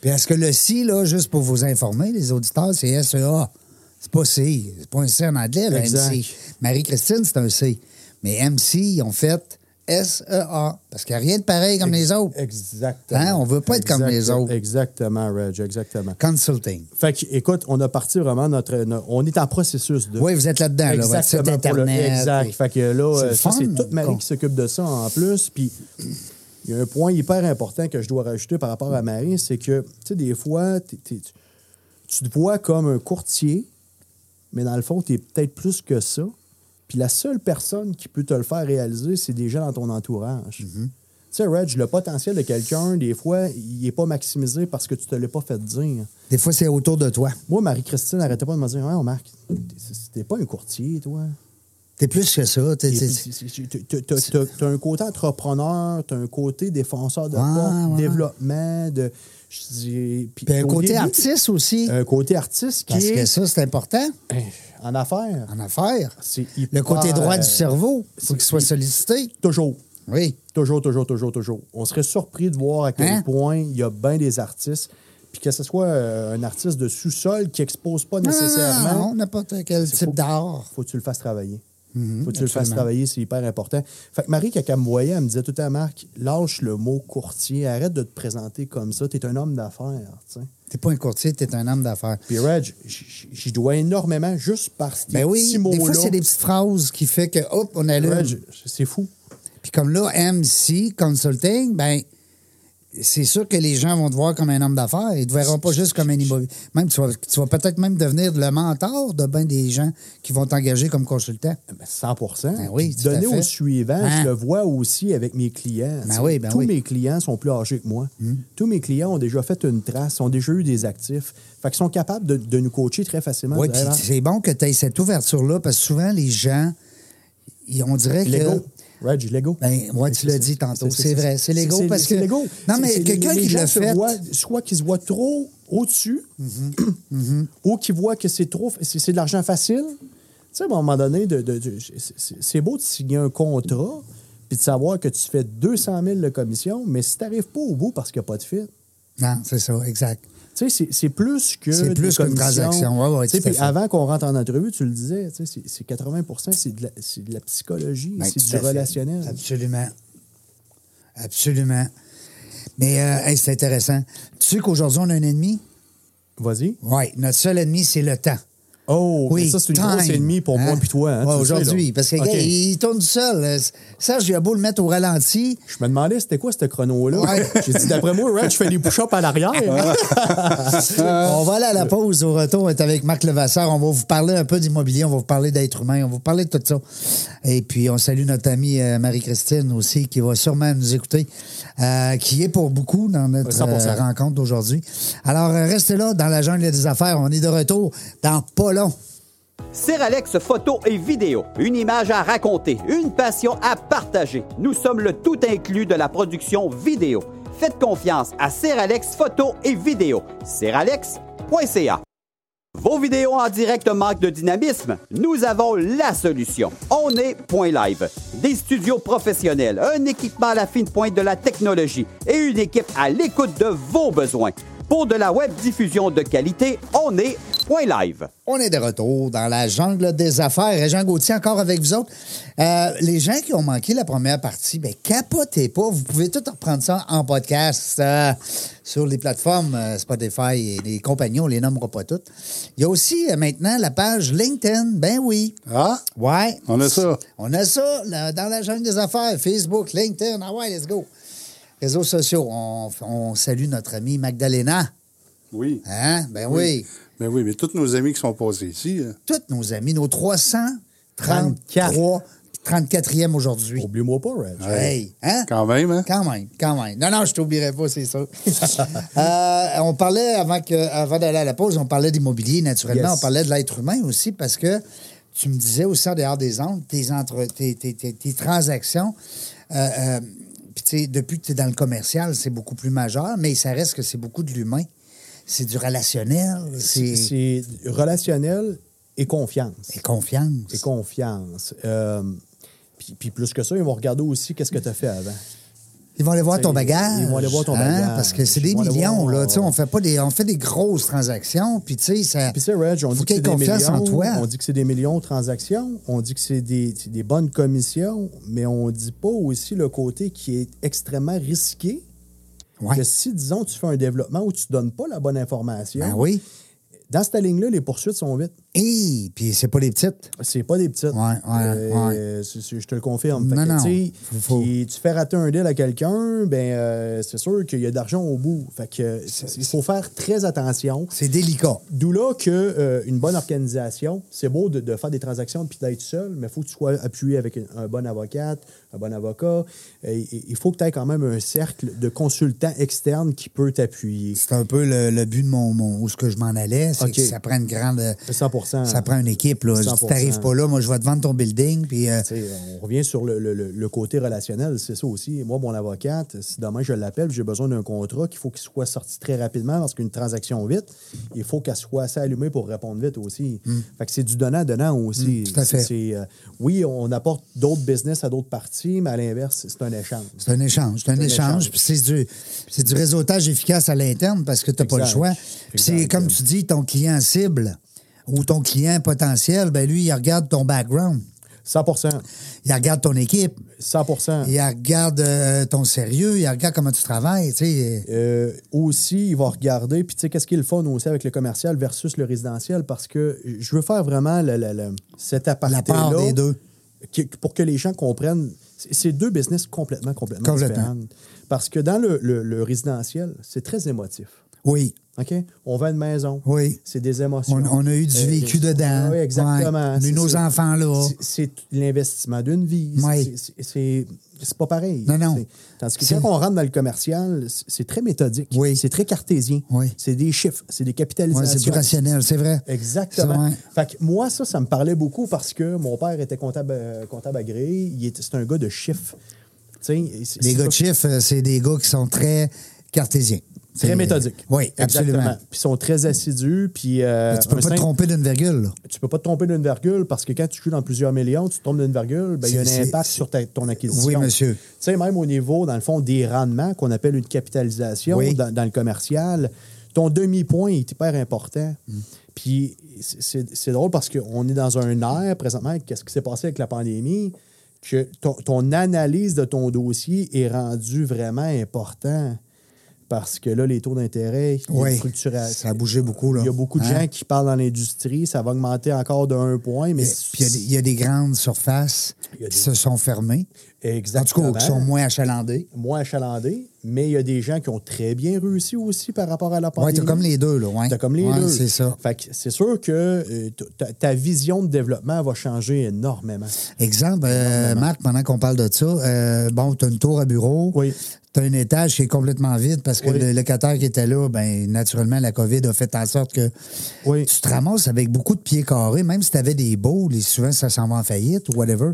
Puis est-ce que le si, là, juste pour vous informer, les auditeurs, c'est SEA. C'est pas C. C'est pas un C en anglais, là,
Exact.
MC. Marie-Christine, c'est un C. Mais MC, ils ont fait SEA. Parce qu'il n'y a rien de pareil comme les autres.
Exactement.
Hein, on veut pas être comme les autres.
Exactement, Reg, exactement.
Consulting.
Fait que, écoute, on a parti vraiment notre. no- on est en processus de.
Oui, vous êtes là-dedans, Ah, là, votre site
Exactement, pour le-
Internet,
exact.
et-
Fait que là,
C'est
euh,
le
ça,
fun,
c'est toute Marie
con.
qui s'occupe de ça en plus. Puis, il y a un point hyper important que je dois rajouter par rapport à Marie, c'est que, tu sais, des fois, t'es- t'es- tu- tu te vois comme un courtier, mais dans le fond, tu es peut-être plus que ça. Puis la seule personne qui peut te le faire réaliser, c'est des gens dans ton entourage.
Mm-hmm.
Tu sais, Reg, le potentiel de quelqu'un, des fois, il n'est pas maximisé parce que tu te l'as pas fait dire.
Des fois, c'est autour de toi.
Moi, Marie-Christine n'arrêtait pas de me dire Ouais, Marc, t'es- t'es pas un courtier, toi.
T'es plus que ça. T'es-
T'es-
t'es-
t'es- t'es- t'as- T'as un côté entrepreneur, t'as un côté défenseur de
Ouais,
porte,
ouais.
développement, de. je dis- puis
Puis un
au
côté
début,
artiste aussi.
Un côté artiste qui
parce que
est
ça, c'est important
en affaires.
en affaires.
C'est
Le
hyper- euh,
côté droit du cerveau, faut
c'est-
qu'il soit sollicité.
Toujours.
Oui.
Toujours, toujours, toujours, toujours. On serait surpris de voir à quel
Hein?
point il y a bien des artistes. Puis que ce soit euh, un artiste de sous-sol qui expose pas
Non, non,
nécessairement.
Non, non, n'importe quel type
faut-
d'art.
faut que tu le fasses travailler.
Mhm,
faut que tu le fasses
absolument.
travailler, c'est hyper important. Fait que Marie, quand elle me voyait, elle me disait tout à Marc, lâche le mot courtier, arrête de te présenter comme ça, t'es un homme d'affaires. tu sais.
T'es pas un courtier, t'es un homme d'affaires.
Puis Reg, j- j- j'y dois énormément juste par ces
Ben oui,
petits
des fois,
mots-là.
c'est des petites phrases qui fait que, hop, on allume.
Reg, c'est fou.
Puis comme là, MC, consulting, ben c'est sûr que les gens vont te voir comme un homme d'affaires. Ils ne te verront pas juste comme un immobilier. Même, tu vas, tu vas peut-être même devenir le mentor de bien des gens qui vont t'engager comme consultant.
Ben, 100
Ben oui,
Puis
tout à
Donner
fait.
au suivant,
Hein?
je le vois aussi avec mes clients.
Ben
Tu sais,
oui, ben
Tous
oui. Mhm.
mes clients sont plus âgés que moi. Tous mes clients ont déjà fait une trace, ont déjà eu des actifs. Fait qu'ils sont capables de, de nous coacher très facilement.
Oui,
Dire,
puis
Hey, Marc,
c'est bon que tu aies cette ouverture-là parce que souvent, les gens, ils- on dirait que.
Lego. Reg, Lego.
Ben, ouais, tu l'as dit tantôt. C'est vrai, c'est l'ego parce
c'est
que-
l'ego.
Non,
C'est-
mais
c'est
quelqu'un
les- les
qui
gens
l'a
se
fait-
voient- soit qui se voit trop au-dessus,
Mm-hmm.
ou qui voit que c'est trop, c'est c'est de l'argent facile. Tu sais, à un moment donné, de, de- de- c'est- c'est c'est beau de signer un contrat puis de savoir que tu fais 200 000 de commission, mais si tu n'arrives pas au bout parce qu'il n'y a pas de fit,
Non, c'est ça, exact.
tu sais, c'est- c'est plus que.
C'est
des
plus qu'une
commissions.
transaction. Ouais, ouais,
Tu sais,
tout à
puis
fait.
avant qu'on rentre en entrevue, tu le disais, tu sais, c'est- c'est 80 c'est de, la- c'est de la psychologie,
Ben,
c'est
tout
du
à fait.
relationnel.
Absolument. Absolument. Mais euh, hey, c'est intéressant. Tu sais qu'aujourd'hui, on a un ennemi?
Vas-y.
Oui, notre seul ennemi, c'est le temps.
Oh,
Oui,
mais ça, c'est une
time,
grosse ennemie pour moi
hein?
puis toi.
Ouais,
hein, tu le sais,
aujourd'hui,
là.
parce que
OK.
gars, il, il tourne tout seul. Euh, Serge, il a beau le mettre au ralenti.
Je me demandais c'était quoi ce chrono-là.
Ouais.
J'ai dit, d'après moi, Red, je fais des push-ups à l'arrière.
On va aller à la pause au retour. On est avec Marc Levasseur. On va vous parler un peu d'immobilier. On va vous parler d'être humain. On va vous parler de tout ça. Et puis, on salue notre amie euh, Marie-Christine aussi, qui va sûrement nous écouter, euh, qui est pour beaucoup dans notre
100%.
euh, rencontre d'aujourd'hui. Alors, euh, restez là dans la jungle des affaires. On est de retour dans pas long.
Seralex photo et vidéo, une image à raconter, une passion à partager. Nous sommes le tout inclus de la production vidéo. Faites confiance à Seralex photo et vidéo. Seralex.ca vos vidéos en direct manquent de dynamisme? Nous avons la solution. On est Point Live. Des studios professionnels, un équipement à la fine pointe de la technologie et une équipe à l'écoute de vos besoins. Pour de la web diffusion de qualité, on est Point Live.
On est de retour dans la jungle des affaires. Et Jean Gauthier, encore avec vous autres. Euh, les gens qui ont manqué la première partie, ben, capotez pas. Vous pouvez tout reprendre ça en podcast euh, sur les plateformes euh, Spotify et les compagnies. On les nommera pas toutes. Il y a aussi euh, maintenant la page LinkedIn. Ben oui.
Ah,
Ouais.
on a ça.
On a ça là, dans la jungle des affaires. Facebook, LinkedIn. Ah ouais, let's go. Réseaux sociaux. On, on salue notre amie Magdalena.
Oui.
Hein? Ben oui.
Mais oui, mais tous nos amis qui sont passés ici, hein,
tous nos amis, nos 333, 34e aujourd'hui.
Oublie-moi pas, Red.
Hey, hein?
quand même, hein?
Quand même, quand même. Non, non, je t'oublierai pas, c'est sûr. Euh, on parlait, avant, que- avant d'aller à la pause, on parlait d'immobilier, naturellement.
Yes.
On parlait de l'être humain aussi, parce que tu me disais aussi, en dehors des ondes, tes, entre, tes, tes- tes- tes transactions, euh, euh, puis tu sais, depuis que tu es dans le commercial, c'est beaucoup plus majeur, mais ça reste que c'est beaucoup de l'humain. C'est du relationnel, c'est
C'est relationnel et confiance.
c'est confiance.
Et confiance. Euh, puis, puis plus que ça, ils vont regarder aussi qu'est-ce que tu as fait avant.
Ils vont aller voir
T'sais,
ton bagage. hein,
ils vont aller voir ton bagage.
Parce que c'est des
Ils vont aller
millions,
voir,
là.
euh,
Tu sais, on fait pas des. On fait des grosses transactions. Puis tu sais, ça.
Puis tu sais, Reg, on
faut
dit que
qu'il y
c'est
ait
des
confiance
millions.
en toi.
On dit que c'est des millions de transactions. On dit que c'est des, c'est des bonnes commissions. Mais on dit pas aussi le côté qui est extrêmement risqué.
Ouais.
Que si, disons, tu fais un développement où tu donnes pas la bonne information,
Ben oui.
dans cette ligne-là, les poursuites sont vite.
Et puis c'est pas les petites.
C'est pas des petites.
Ouais, ouais,
Euh, c'est- c'est- Je te le confirme. Fait
Non,
que,
non.
tu sais,
Faut- faut-
puis tu fais rater un deal à quelqu'un, ben euh, c'est sûr qu'il y a de l'argent au bout. Fait que euh, c'est- il faut faire très attention.
C'est délicat.
D'où là que euh, une bonne organisation, c'est beau de, de faire des transactions puis d'être seul, mais il faut que tu sois appuyé avec une- un bon avocate, un bon avocat. Et- et- Il faut que tu aies quand même un cercle de consultants externes qui peut t'appuyer.
C'est un peu le, le but de mon, mon- où ce que je m'en allais, c'est
OK.
que ça prend une grande.
100%.
Ça prend une équipe là. Si
100%.
t'arrives pas là, moi je vais te vendre ton building. Puis euh,
Tu sais, on revient sur le, le- le- le côté relationnel, c'est ça aussi. Moi, mon avocate, si demain je l'appelle, j'ai besoin d'un contrat qu'il faut qu'il soit sorti très rapidement parce qu'une transaction vite, il faut qu'elle soit assez allumée pour répondre vite aussi. Fait que c'est du donnant-donnant
Mm.
aussi.
tout à fait.
C'est, euh, oui, on apporte d'autres business à d'autres parties, mais à l'inverse, c'est un échange.
C'est un échange. C'est un, échange.
échange.
Puis c'est du, c'est du réseautage efficace à l'interne parce que tu n'as pas le
Exact.
choix. Puis c'est
Exact.
comme tu dis, ton client cible ou ton client potentiel, ben lui, il regarde ton background,
100
il regarde ton équipe,
100
il regarde euh, ton sérieux, il regarde comment tu travailles. tu sais.
Euh, aussi, il va regarder, puis tu sais, qu'est-ce qui est le fun aussi avec le commercial versus le résidentiel, parce que je veux faire vraiment le, le- le- cet aparté-là.
La part des deux.
qui- pour que les gens comprennent. C'est c'est deux business complètement, complètement,
Complètement.
différents. Parce que dans le, le- le résidentiel, c'est très émotif.
Oui.
OK? On vend une maison.
Oui.
C'est des émotions.
On, on a eu du
Euh,
vécu dedans.
Oui, exactement.
Ouais. On a eu
C'est-
nos
c'est-
enfants là.
c'est- C'est l'investissement d'une vie.
Ouais.
C'est- c'est- C'est c'est pas pareil.
Non, non.
C'est- Tandis que
C'est-
quand on rentre dans le commercial, c'est- c'est très méthodique.
Oui.
C'est très cartésien.
Oui.
C'est des chiffres, c'est des
Ouais,
capitalisations.
c'est plus rationnel, c'est vrai.
Exactement.
C'est vrai.
Fait que moi, ça, ça me parlait beaucoup parce que mon père était comptable, euh, comptable agréé. Il est- C'est un gars de chiffres. Tu sais, c'est-
Les
c'est
gars
pas-
de chiffres, euh, c'est des gars qui sont très cartésiens. C'est-
Très méthodiques.
Oui, absolument.
Exactement. Puis ils sont très assidus. Puis, euh,
Tu peux
un
pas te
simple-
tromper d'une virgule. là.
tu peux pas te tromper d'une virgule parce que quand tu joues dans plusieurs millions, tu tombes d'une virgule, ben, il y a
C'est-
un impact
c'est-
sur ta- ton acquisition.
Oui, monsieur.
Tu sais, même au niveau, dans le fond, des rendements qu'on appelle une capitalisation
Oui.
dans, dans le commercial, ton demi-point est hyper important.
Mm.
Puis c'est- c'est c'est drôle parce qu'on est dans un air présentement, avec qu'est-ce qui s'est passé avec la pandémie, que ton, ton analyse de ton dossier est rendue vraiment important. parce que là, les taux d'intérêt, il y a
Oui,
une structuration.
ça a bougé beaucoup, là.
Il y a beaucoup de
Hein?
gens qui parlent dans l'industrie, ça va augmenter encore de 1 point, mais...
Puis il y a des- il y, a des grandes surfaces
Il y a
qui
des-
se sont fermées. En tout
Exactement.
cas, qui sont moins achalandées.
moins achalandé, mais il y a des gens qui ont très bien réussi aussi par rapport à la
Oui,
pandémie.
t'as comme les deux, là. Ouais.
T'as comme les
Ouais,
deux.
C'est ça.
Fait que c'est sûr que euh, t- ta- ta vision de développement va changer énormément.
Exemple, euh, Marc, pendant qu'on parle de ça, euh, bon, t'as une tour à bureau.
Oui.
T'as un étage qui est complètement vide parce que
Oui.
le locataire qui était là, ben naturellement, la COVID a fait en sorte que
Oui.
tu te ramasses avec beaucoup de pieds carrés, même si tu avais des beaux, les souvent ça s'en va en faillite ou whatever.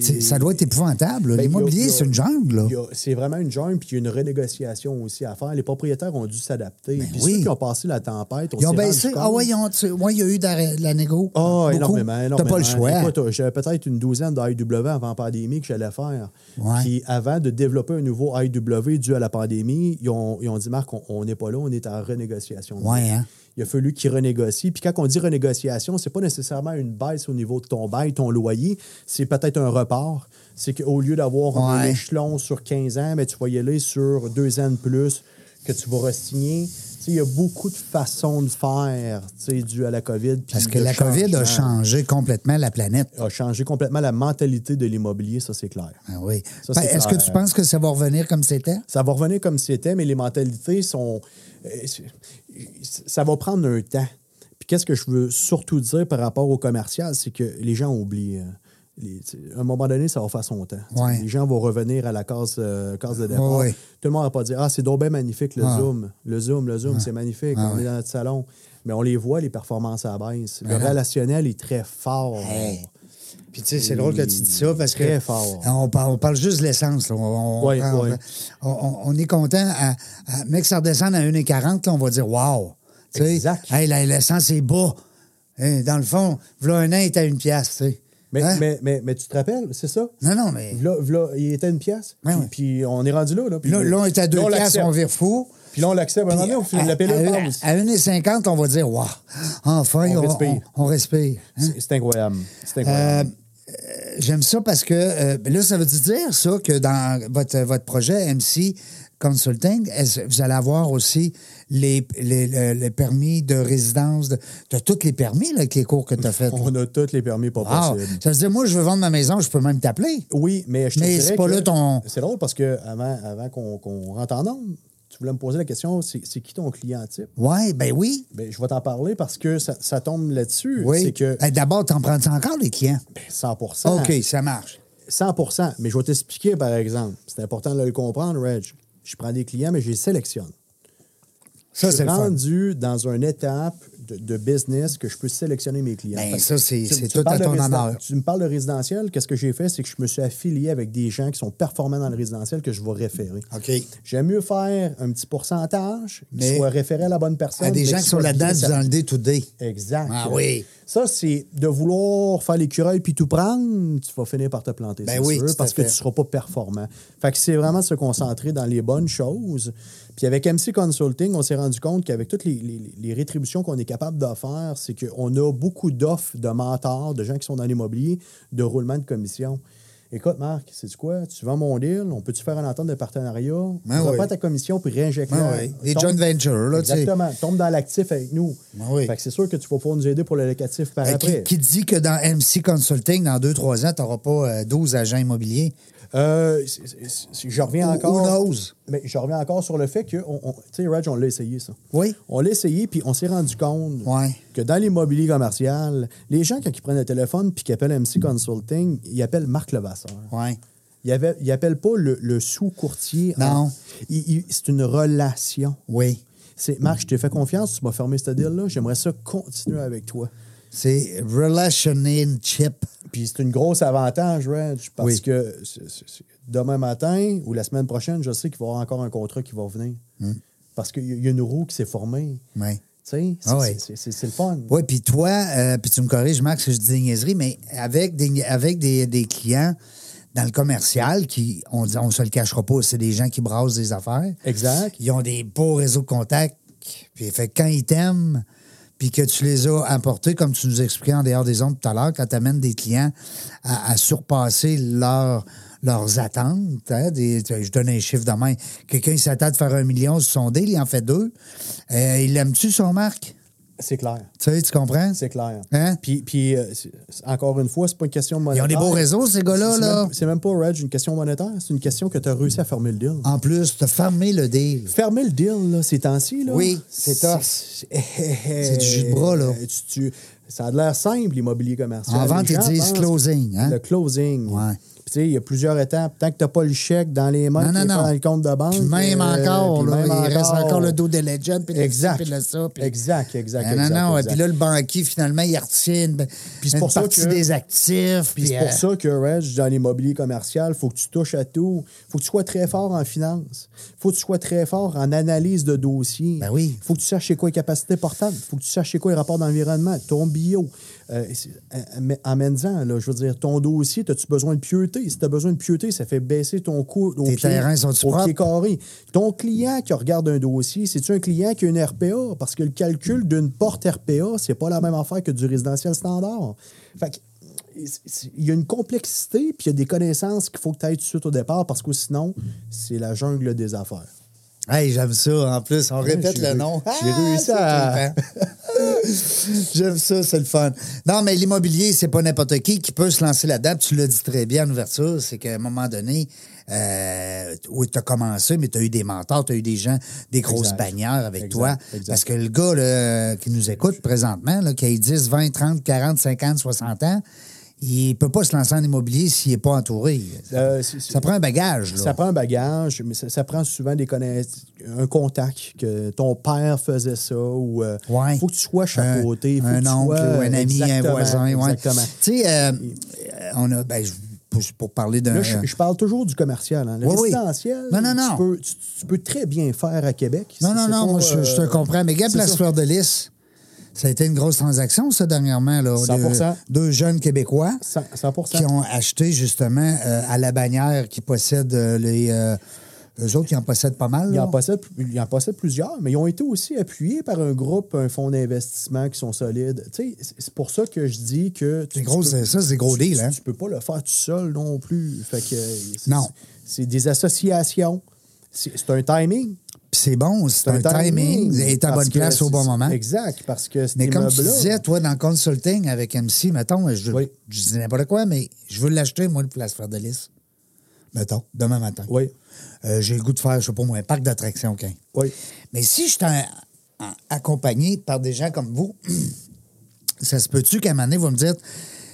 C'est- Ça doit être épouvantable. là.
Ben, il
L'immobilier,
y a-
c'est une jungle. là.
il y a- C'est vraiment une jungle, puis il y a une renégociation aussi à faire. Les propriétaires ont dû s'adapter. Puis
Ben oui.
ceux qui ont passé la tempête,
Ils
on
ont
s'est rendu
baissé.
compte-
Ah ouais, ils ont, tu- ouais, il y a eu de la- de la négo.
Ah,
Beaucoup.
énormément, énormément.
T'as pas le choix.
Écoute, euh, J'avais peut-être une douzaine d'IW avant la pandémie que j'allais faire.
Ouais.
Puis avant de développer un nouveau IW dû à la pandémie, ils ont, ils ont dit, Marc, on- on n'est pas là, on est en renégociation.
Ouais, hein.
Il a fallu qu'ils renégocient. Puis quand on dit renégociation, c'est pas nécessairement une baisse au niveau de ton bail, ton loyer, c'est peut-être un report. C'est qu'au lieu d'avoir un
Ouais.
échelon sur 15 ans, mais tu vas y aller sur deux ans de plus que tu vas re-signer. Tu sais, Il y a beaucoup de façons de faire tu sais, dû à la COVID. puis
Parce que
de
la COVID a
changement
changé complètement la planète.
a changé complètement la mentalité de l'immobilier, ça c'est clair.
Ah oui.
Ça,
Ben,
c'est
Est-ce que
clair.
tu penses que ça va revenir comme c'était?
Ça va revenir comme c'était, mais les mentalités sont. euh, c'est- Ça va prendre un temps. Puis qu'est-ce que je veux surtout dire par rapport au commercial, c'est que les gens oublient. euh, les- tu sais, à un moment donné, ça va faire son temps.
Ouais.
Les gens vont revenir à la case, euh, case de départ.
Ouais, ouais.
Tout le monde va pas dire Ah, c'est donc bien magnifique le
Ah.
Zoom. Le Zoom, le Zoom, c'est magnifique. on est dans notre salon. Mais on les voit, les performances à la baisse. Le relationnel est très fort.
Ben Hey. Puis tu sais, c'est drôle que tu dis ça parce que.
Très fort.
On parle, on parle juste de l'essence. là. On, on,
Ouais,
prend-
ouais.
on- on- on est content. À, à- mais que ça redescende à 1,40, là, on va dire Wow! Tu sais,
Exact.
Hey, la- l'essence est bas. Hey, dans le fond, v'là un an, il était à une pièce. tu sais.
Mais,
Hein?
mais, mais, mais tu te rappelles, c'est ça?
Non, non, mais.
V'là- v'là, il était une pièce.
Ouais,
puis,
ouais.
puis on est rendu là. Là, puis-
Là, là, on est à deux
Puis
pièces,
l'accepte.
on vire fou.
Puis là, on l'accepte.
Puis euh,
Maintenant, on
à,
finit la pelle
à-
au
à-
parle aussi.
à 1,50, on va dire Wow! Enfin,
On
on,
respire.
on- on respire. Hein?
C'est c'est incroyable. C'est
Euh,
incroyable.
euh, J'aime ça parce que euh, ben là, ça veut dire ça que dans votre, votre projet MC Consulting, est-ce- vous allez avoir aussi les, les, le- le permis de résidence. De, t'as tous les permis là, avec les cours que tu as fait. Ah,
on a tous les permis pas possibles.
Ça veut dire, moi, je veux vendre ma maison, je peux même t'appeler.
Oui, mais je te
Mais
dirais
c'est pas
que-
là ton-
C'est drôle parce que avant, avant qu'on qu'on rentre en nombre, tu voulais me poser la question, c'est c'est qui ton client type?
Ouais, ben oui.
Ben, je vais t'en parler parce que ça, ça tombe là-dessus.
Oui.
C'est que Ah.
Eh, D'abord, t'en prends encore les clients?
100
OK, ça marche.
100 Mais je vais t'expliquer, par exemple. C'est important de le comprendre, Reg. Je prends des clients, mais je les sélectionne.
Ça,
je suis
c'est le fun.
rendu dans une étape de, de business que je peux sélectionner mes clients.
Ben,
Fait que
ça, c'est-
tu-
c'est
tu
tout à
parles de
ton
résiden-
honneur.
Tu me parles de résidentiel. Qu'est-ce que j'ai fait? C'est que je me suis affilié avec des gens qui sont performants dans le résidentiel que je vais référer.
OK.
J'aime mieux faire un petit pourcentage, mais
Mais-
soit référé à la bonne personne.
À des
mais
gens
qui
qui sont
soit
là-dedans,
bien
vous
servi.
en day to day.
Exact.
Ah oui.
Ça, c'est de vouloir faire l'écureuil puis tout prendre, tu vas finir par te planter,
Ben
c'est
oui, tout à
sûr, parce que
fait.
tu ne seras pas performant. Fait que c'est vraiment de se concentrer dans les bonnes choses. Puis avec MC Consulting, on s'est rendu compte qu'avec toutes les, les- les rétributions qu'on est capable de faire, c'est qu'on a beaucoup d'offres de mentors, de gens qui sont dans l'immobilier, de roulement de commission. Écoute, Marc, c'est quoi? Tu vends mon deal, on peut-tu faire un entente de partenariat?
Ben
on
oui.
ta commission puis réinjecter.
Ben
la-
oui. Des
Tombe-
joint ventures, là, tu sais.
Exactement. Tombe dans l'actif avec nous.
Ben oui.
Fait que c'est sûr que tu vas pouvoir nous aider pour le locatif par
Euh,
après.
qui, qui dit que dans MC Consulting, dans 2-3 ans, tu n'auras pas euh, 12 agents immobiliers.
Euh, c'est- c'est- c'est- je reviens
Who-
encore.
who knows?
Mais je reviens encore sur le fait que, on, on- tu sais, Reg, on l'a essayé, ça.
Oui.
On l'a essayé, puis on s'est rendu compte
Ouais.
que dans l'immobilier commercial, les gens, quand ils prennent le téléphone puis qu'ils appellent MC Consulting, ils appellent Marc Levasseur.
Oui.
Ils avaient- ils appellent pas le, le sous-courtier.
Non.
Ils- ils- c'est une relation.
Oui.
C'est Marc, je t'ai fait confiance, tu m'as fermé ce deal-là, j'aimerais ça continuer avec toi.
C'est relationing chip.
Puis c'est une grosse avantage, Reg, parce
Oui.
que c'est- c'est- c'est- demain matin ou la semaine prochaine, je sais qu'il va y avoir encore un contrat qui va venir.
Hmm.
Parce qu'il y a- il y a une roue qui s'est formée.
Oui.
Tu sais, c'est
Ah ouais.
c'est- c'est- c'est le fun.
Oui, puis toi, euh, puis tu me corriges, Max, si je dis des niaiseries, mais avec des, avec des, des clients dans le commercial qui, on ne se le cachera pas, c'est des gens qui brassent des affaires.
Exact.
Ils ont des beaux réseaux de contacts. Puis fait que quand ils t'aiment, puis que tu les as apportés, comme tu nous expliquais en dehors des ondes tout à l'heure, quand tu amènes des clients à, à surpasser leur, leurs attentes. hein, des- tu sais, je donne un chiffre demain. Quelqu'un il s'attend de faire un million sur son deal, il en fait deux. Euh, il l'aime-tu, son marque?
C'est clair.
Tu sais, tu comprends?
C'est clair.
Hein?
Puis, puis euh, c'est- c'est- encore une fois, c'est pas une question
Ils ont
monétaire.
des beaux réseaux, ces gars-là.
C'est
Là.
même- C'est même pas, Reg, une question monétaire. C'est une question que tu as réussi à fermer le deal.
En plus, t'as fermé le deal.
Fermer le deal, là, ces temps-ci, là.
Oui, c'est tough.
C'est
du jus de bras, là.
Tu- tu- Ça a l'air simple, l'immobilier commercial.
En vente,
Les gens
ils disent
pensent
closing, hein?
Le closing.
Ouais.
Puis, Tu sais, il y a plusieurs étapes. Tant que tu n'as pas le chèque dans les mains,
Non, non,
qui est
non.
dans le compte de banque.
Puis même
euh,
encore,
puis
là,
même
il reste encore le dos des legends, puis le
Exact.
ci, puis le ça. puis-
Exact, exact,
Ah, non,
exact,
non, ouais,
exact.
Puis là, le banquier, finalement, il retient une,
Puis c'est
une
pour ça
partie
que-
des actifs.
Puis c'est
euh,
pour ça que, Reg, dans l'immobilier commercial, faut que tu touches à tout. faut que tu sois très fort en finance. faut que tu sois très fort en analyse de dossier.
Ben oui.
faut que tu saches c'est quoi les capacités portables. faut que tu saches c'est quoi les rapports d'environnement, ton bio. Euh, c'est- am- Amène-en, là, je veux dire, ton dossier, as-tu besoin de pieuté? Si tu as besoin de pieuté, ça fait baisser ton coût au
Tes
pied-
terrains sont-tu
au pied
propres?
carré. Ton client qui regarde un dossier, c'est-tu un client qui a une RPA? Parce que le calcul d'une porte RPA, c'est pas la même affaire que du résidentiel standard. Fait que, c'est- c'est- il y a une complexité, puis il y a des connaissances qu'il faut que tu ailles tout de suite au départ, parce que sinon, c'est la jungle des affaires.
Hey, j'aime ça. En plus, on répète
j'ai
le
ré-
nom. Ah,
j'ai réussi
c'est
à-
tout le temps. j'aime ça, c'est le fun. Non, mais l'immobilier, c'est pas n'importe qui qui peut se lancer là-dedans. Puis Tu l'as dit très bien en ouverture, c'est qu'à un moment donné, euh, oui, tu as commencé, mais tu as eu des mentors, tu as eu des gens, des grosses
Exact.
bannières avec
Exact,
toi.
exact.
Parce que le gars là, qui nous écoute présentement, là, qui a 10, 20, 30, 40, 50, 60 ans, il peut pas se lancer en immobilier s'il n'est pas entouré.
Euh, c'est- c'est-
ça prend un bagage. Là.
Ça prend un bagage, mais ça, ça prend souvent des connaissances, un contact, que ton père faisait ça, ou euh,
Ouais.
faut que tu sois chapeauté, faut
un,
que tu
un oncle,
sois-
ou un ami, un
Exactement,
voisin. ouais.
Exactement.
Tu sais, euh, on a. Ben, je- pour, pour parler d'un.
Là, je, je parle toujours du commercial. hein. Le
Euh, Oui, oui.
résidentiel,
Non, non, non.
Tu, peux, tu- tu peux très bien faire à Québec.
non,
C'est-
non,
c'est
non,
pas,
moi, je, je te
euh,
comprends. Mais Gap
c'est
Place
ça.
Fleur de Lys, ça a été une grosse transaction, ça, dernièrement. Là,
100%.
Deux, deux jeunes Québécois.
100%, 100%.
qui ont acheté justement euh, à la bannière qui possède euh, les. euh, eux autres, ils en possèdent pas mal.
Il
là.
en, possède, il en possède plusieurs, mais ils ont été aussi appuyés par un groupe, un fonds d'investissement qui sont solides. Tu sais, c'est- c'est pour ça que je dis que. tu-
C'est
tu
gros,
peux-
c'est- ça, c'est gros
tu-
deal,
tu-
hein.
Tu peux pas le faire tout seul non plus. Fait que. c'est-
Non.
C'est des associations. C'est c'est un timing.
Puis c'est bon, c'est un, timing. Et ta
Parce
bonne
que
place au
c'est-
bon moment.
Exact, parce que cet
Mais comme tu
immeuble-là-
disais, toi, dans le consulting avec MC, mettons, je,
Oui.
je dis n'importe quoi, mais je veux l'acheter, moi, le Place Fleur de Lys. Mettons, demain matin.
Oui,
Euh, J'ai le goût de faire, je sais pas moi, un parc d'attractions, OK.
oui.
Mais si je suis en- en- accompagné par des gens comme vous, ça se peut-tu qu'à un moment donné, vous me dites,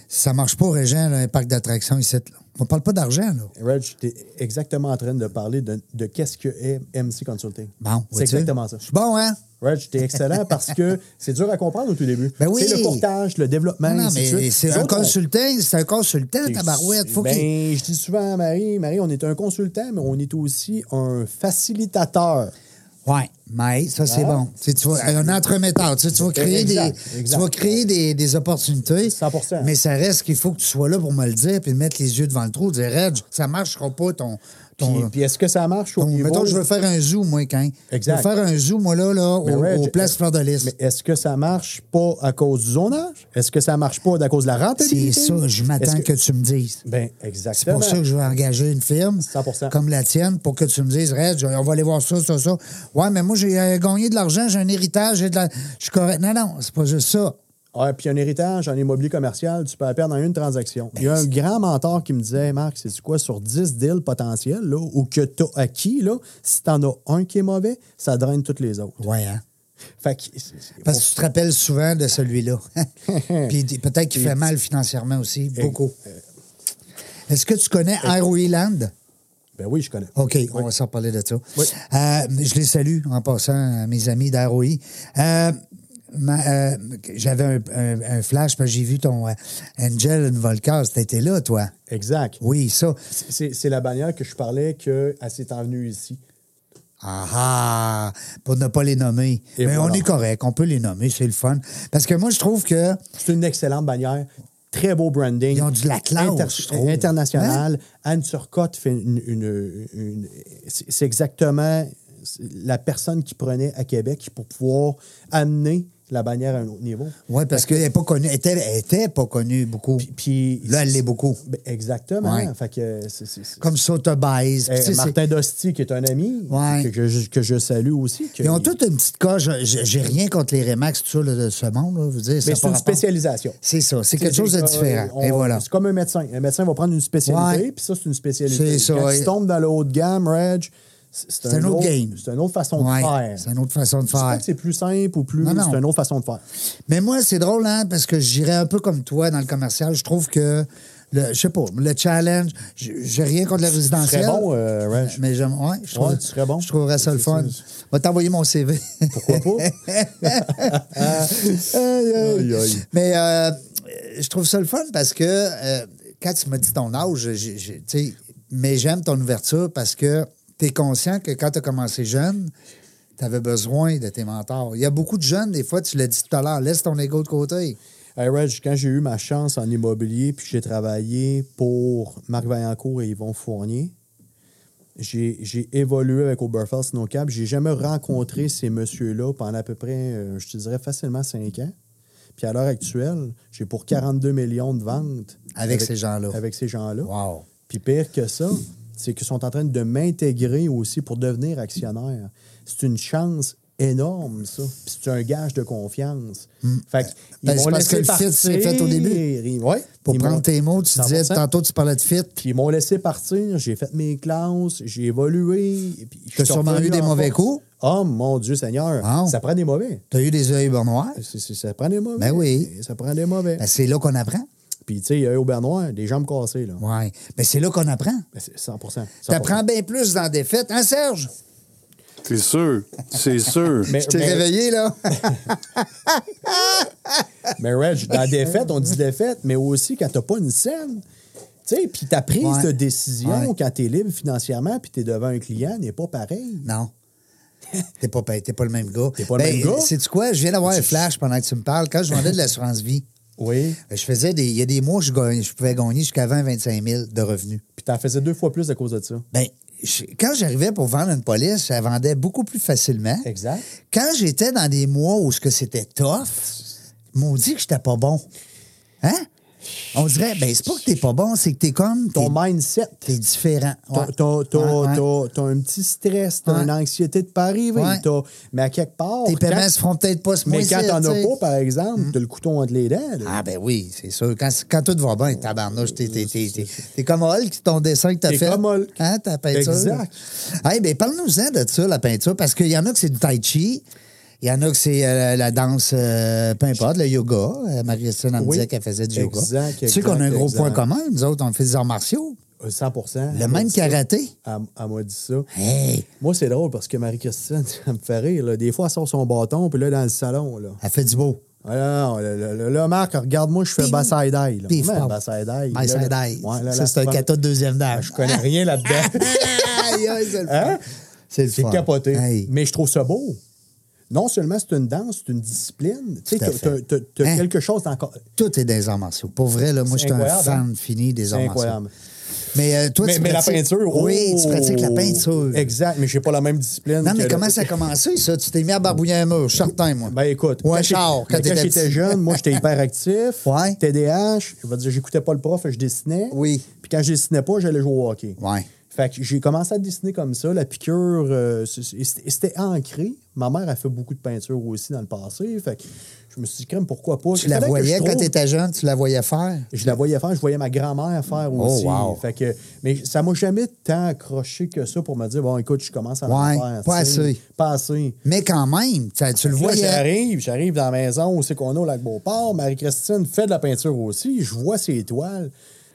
ça marche pas, Régent, là, un parc d'attractions ici. là. On parle pas d'argent, là.
Reg, tu es exactement en train de parler de, de qu'est-ce que est MC Consulting.
Bon,
c'est
vois-tu?
exactement ça.
Je suis bon, hein?
Reg, t'es excellent parce que c'est dur à comprendre au tout début.
Ben oui.
C'est le courtage, le développement.
Non, non,
ainsi de
mais
suite.
c'est
Ben, Nous
un
autres, on-
consultant, c'est un consultant, tabarouette. Faut
ben,
qu'il-
je dis souvent à Marie, Marie, on est un consultant, mais on est aussi un facilitateur.
Oui, mais ça, c'est
Ah.
bon. Tu sais, tu vas- un entremetteur, tu, sais, tu vas créer,
Exact,
des,
exact.
Tu vas créer des, des opportunités.
100%.
Mais ça reste qu'il faut que tu sois là pour me le dire puis mettre les yeux devant le trou. Dire, Red, ça marchera pas ton. ton
Puis, puis est-ce que ça marche au
ton-
niveau...
mettons, je veux faire un zoo, moi, quand.
Exact.
Je veux faire un zoo, moi, là, là
Mais
au,
Reg,
au Place
est-ce-
Fleur de Lys.
Mais est-ce que ça marche pas à cause du zonage? Est-ce que ça marche pas à cause de la
C'est
rentabilité?
ça, je m'attends
Est-ce
que... tu me dises.
Ben,
C'est
exactement.
pour ça que je vais engager une firme
100%.
comme la tienne pour que tu me dises, Red, je- on va aller voir ça, ça, ça. Ouais, mais moi, j'ai euh, gagné de l'argent, j'ai un héritage, j'ai de la... je suis correct. Non, non, c'est pas juste ça.
Ouais, puis un héritage en immobilier commercial, tu peux la perdre en une transaction. Il y a un grand mentor qui me disait, Marc, c'est quoi sur 10 deals potentiels là, ou que tu as acquis, là, si tu en as un qui est mauvais, ça draine toutes les autres.
Ouais, hein?
Fait que, c'est- c'est-
Parce que tu te rappelles souvent de celui-là. Puis d- peut-être qu'il fait mal financièrement aussi,
Eh,
beaucoup. Est-ce que tu connais Airway Land?
ben Eh. oui, je connais.
OK, on va s'en parler de ça.
Oui.
Euh, je les salue en passant, euh, mes amis d'Airway. Euh, ma- euh, J'avais un, un- un flash parce que j'ai vu ton euh, Angel and Volcar. C'était là, toi?
Exact.
Oui, ça.
C'est c'est la bannière que je parlais que elle s'est envenue ici.
Ah ah! Pour ne pas les nommer.
Et
Mais on
voilà.
est correct, on peut les nommer, c'est le fun. Parce que moi, je trouve que.
C'est une excellente bannière. Très beau branding.
Ils ont de la classe, je trouve. Hein?
International. Anne Turcotte fait une. une- une- c'est c'est exactement la personne qui prenait à Québec pour pouvoir amener la bannière à un autre niveau.
Oui, parce qu'elle n'est pas connue. Elle était, elle était pas connue beaucoup.
Puis, puis-
Là, elle l'est beaucoup.
Ben, exactement.
Ouais.
Fait que euh, c'est- c'est- c'est-
Comme Sotobaise.
Euh, Martin Dosti, qui est un ami,
Ouais.
que, je, que je salue aussi. que-
Ils ont toute une petite coche. J'ai j'ai rien contre les Remax, tout ça, là, de ce monde. Là, vous dire, ça
Mais
a
c'est
pas
une
rapport.
spécialisation.
C'est ça. C'est quelque chose de
euh,
différent.
on-
Et voilà.
C'est comme un médecin. Un médecin va prendre une spécialité,
Ouais.
puis ça, c'est une spécialité.
C'est ça,
Quand
ouais.
tu tombes dans le haut de gamme, Reg, c'est
C'est un autre game.
C'est une autre façon
Ouais,
de faire.
c'est une autre façon de
Je dis pas
faire.
que c'est plus simple ou plus.
Non, non.
C'est une autre façon de faire.
Mais moi, c'est drôle, hein, parce que j'irais un peu comme toi dans le commercial. Je trouve que, le, je sais pas, le challenge, j'ai j'ai rien contre le résidentiel.
Très bon, euh, Reg.
Mais j'aime, ouais, je trouve,
Ouais, tu serais bon.
Je trouverais ça le
C'est-
fun.
c'est-
Va t'envoyer mon CV.
Pourquoi pas?
Aïe, aïe.
Aïe, aïe.
Mais euh, je trouve ça le fun parce que euh, quand tu me dis ton âge, j'ai- j'ai- tu sais, mais j'aime ton ouverture parce que tu es conscient que quand tu as commencé jeune, tu avais besoin de tes mentors. Il y a beaucoup de jeunes, des fois, tu l'as dit tout à l'heure, laisse ton ego de côté.
Hey, Reg, quand j'ai eu ma chance en immobilier, puis j'ai travaillé pour Marc Vaillancourt et Yvon Fournier, j'ai j'ai évolué avec Oberfeld Snowcap. J'ai jamais rencontré ces messieurs-là pendant à peu près, euh, je te dirais, facilement 5 ans. Puis à l'heure actuelle, j'ai pour 42 millions de ventes.
Avec ces gens-là.
Avec ces gens-là.
Wow.
Puis pire que ça, c'est qu'ils sont en train de m'intégrer aussi pour devenir actionnaire. C'est une chance énorme, ça. Puis c'est un gage de confiance. Fait que,
Ben, c'est parce que le fit s'est fait au début.
Oui.
Pour prendre tes mots, tu disais, tantôt, tu parlais de fit.
Puis ils m'ont laissé partir, j'ai fait mes classes, j'ai évolué. et puis je
T'as
suis
sûrement
revenu
eu des
en
mauvais
force.
coups?
Oh mon Dieu Seigneur,
Wow.
ça prend des mauvais.
Tu as eu des yeux noirs.
C'est- c'est- ça prend des mauvais.
Ben oui.
Ça prend des mauvais.
Ben, c'est là qu'on apprend.
Puis tu sais, il y a eu au Bernois, des jambes cassées. Là.
Oui. Ben, c'est là qu'on apprend.
Ben, c'est 100 100
Tu apprends bien plus dans des fêtes, hein, Serge?
T'es sûr? C'est sûr.
Mais-
Je t'ai
mais-
réveillé, là.
Mais Reg, dans la défaite, on dit défaite, mais aussi quand t'as pas une scène. Tu sais, puis ta prise
Ouais.
de décision
Ouais.
quand t'es libre financièrement puis t'es devant un client n'est pas pareil.
Non. T'es pas, pa- t'es pas le même gars. Ben,
T'es pas le même gars?
Sais-tu quoi? Je viens d'avoir un flash pendant que tu me parles. Quand je vendais de l'assurance vie,
Oui.
je faisais des. Il y a des mois, je, gagnais- je pouvais gagner jusqu'à 20 25 000 de revenus.
Puis t'en faisais deux fois plus à cause de ça.
Ben, je- quand j'arrivais pour vendre une police, je la vendais beaucoup plus facilement.
Exact.
Quand j'étais dans des mois où ce que c'était tough, maudit que j'étais pas bon. Hein? On dirait, ben, c'est pas que t'es pas bon, c'est que t'es comme. T'es,
Ton mindset.
t'es différent.
T'as-
Ouais.
T'as
Ouais, ouais.
t'as- t'as- t'as un petit stress, t'as
Ouais.
une anxiété de pas arriver.
Ouais.
t'as- Mais à quelque part.
Tes paiements
quand-
se feront peut-être pas ce
Mais
mois-ci,
quand t'en
tu
as
sais. Mm.
pas, par exemple, t'as le couteau entre les dents. là.
Ah ben oui, c'est sûr. Quand, quand tout va bien, tabarnouche, t'es, t'es, t'es, t'es, t'es comme Hulk, ton dessin que t'as
T'es
fait.
comme Hulk.
Hein, ta peinture.
Exact.
Hey, ben parle-nous-en de ça, la peinture, parce qu'il y en a que c'est du tai chi, il y en a que c'est euh, la danse, euh, peu importe, le yoga. Euh, Marie-Christine, elle me
Oui.
disait qu'elle faisait du yoga.
Exact,
tu sais qu'on a un
exact,
gros point
exact.
commun, nous autres, on fait des arts martiaux.
Euh, 100
Le même karaté.
Elle, elle m'a dit ça.
Hey,
Moi, c'est drôle parce que Marie-Christine, ça me fait rire. là. Des fois, elle sort son bâton, puis là, dans le salon, là.
elle fait du beau.
Ah, non, le, le- le- là, Marc, regarde-moi, je fais
Ping.
Bassai Dai. là.
Pif,
Ouais,
paf.
Bassai Dai.
Bassai
Là, là,
Dai.
ouais, là,
ça,
là,
c'est un
pas-
kata de deuxième d'âge.
Je connais rien là-dedans.
Aïe, aïe, c'est le fun.
Hein?
C'est le
C'est
fun.
capoté.
Hey.
Mais je trouve ça beau. Non seulement c'est une danse, c'est une discipline. Tu sais,
Tout à
t'as-
fait.
t'as t'as- t'as
Hein?
quelque chose d'encore.
Tout est des arts martiaux. Pour vrai, là, moi, je
C'est
suis un
incroyable,
fan
hein?
fini des
C'est
arts
incroyable.
martiaux. Mais euh, toi,
Mais,
tu
mais la
pratiques-
peinture, oh!
Oui, tu pratiques la peinture.
Exact, mais j'ai pas la même discipline.
Non, mais
que
comment
le-
ça a commencé, ça? Tu t'es mis à barbouiller un mur, je suis certain, moi.
Ben écoute,
Ouais,
quand
Charles,
j'ai-
quand
mais quand
t'étais
j'étais
petit.
jeune, moi j'étais hyperactif,
Ouais.
TDAH, je vais dire, j'écoutais pas le prof, je dessinais.
Oui.
Puis quand je dessinais pas, j'allais jouer au hockey.
Ouais.
Fait que j'ai commencé à dessiner comme ça, la piqûre, euh, c'est- c'est- c'était c'était ancré. Ma mère a fait beaucoup de peinture aussi dans le passé, fait que je me suis dit, crème, pourquoi pas.
tu la voyais quand
t'étais...
tu étais jeune, tu la voyais faire.
Je la voyais faire, je voyais ma grand-mère faire
Oh,
aussi.
wow.
Fait que, mais ça m'a jamais tant accroché que ça pour me dire, bon, écoute, je commence à
Ouais,
en faire.
pas
tu sais.
assez.
Pas assez.
Mais quand même, tu, tu le
Moi,
voyais.
j'arrive, j'arrive dans la maison où c'est qu'on a au lac Beauport. Marie-Christine fait de la peinture aussi. Je vois ses toiles.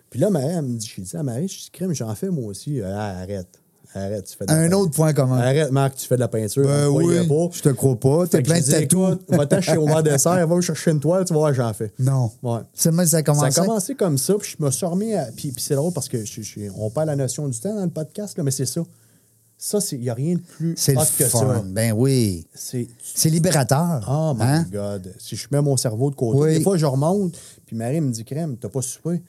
Puis là, Marie, elle me dit, j'ai dit à Marie, je dis, crème, j'en fais moi aussi. Euh, Ah, arrête. Arrête, tu fais de la
Un
peinture.
autre point commun.
Arrête, Marc, tu fais de la peinture.
Ben
on me croyait
oui,
pas.
je te crois pas, t'as
Fait que
plein
je
de
dis,
tatous.
écoute, Va-t'en chez Omar Dessert, va me chercher une toile, tu vas voir, j'en fais.
Non.
Ouais.
C'est même ça a
Ça a
commencé.
commencé comme ça, puis je me suis remis à. Puis, puis c'est drôle parce que je- je- on perd la notion du temps dans le podcast, là, mais c'est ça. Ça, il n'y a rien de plus
C'est le
hot que
fun.
ça.
Ben oui.
C'est
C'est libérateur.
Oh my
Hein?
God. Si je mets mon cerveau de côté,
Oui.
des fois, je remonte, puis Marie me dit, Crème, t'as pas soupé.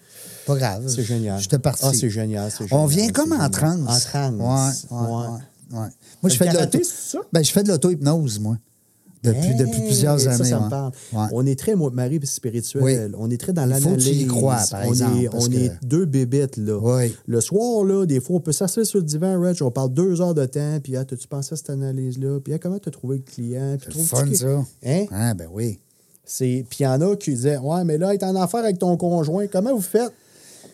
Pas grave.
C'est génial.
Je te partie.
Ah, c'est génial, c'est
On
génial,
vient comme
c'est
en
génial.
transe.
En transe.
Ouais, ouais,
Ouais.
ouais, ouais. Moi, je
Le
fais de
karaté,
l'auto.
c'est ça?
Ben, je fais de l'auto-hypnose, moi. depuis,
Hey,
depuis plusieurs
ça,
années.
Ça,
ouais.
me parle.
Ouais.
On est très, moi, Marie, spirituel.
Oui.
On est très dans
Il faut que
l'analyse.
tu y croies, par exemple,
On est,
parce
on
que-
est deux bébites, là.
Oui.
Le soir, là, des fois, on peut s'asseoir sur le divan, Reg, on parle deux heures de temps, puis ah, tu pensé à cette analyse-là, puis ah, comment t'as trouvé le client, puis
C'est le
trouves-tu
fun,
que-
ça.
Hein?
Ah, ben oui.
C'est... Puis il y en a qui disaient, ouais, mais là, être en affaire avec ton conjoint, comment vous faites?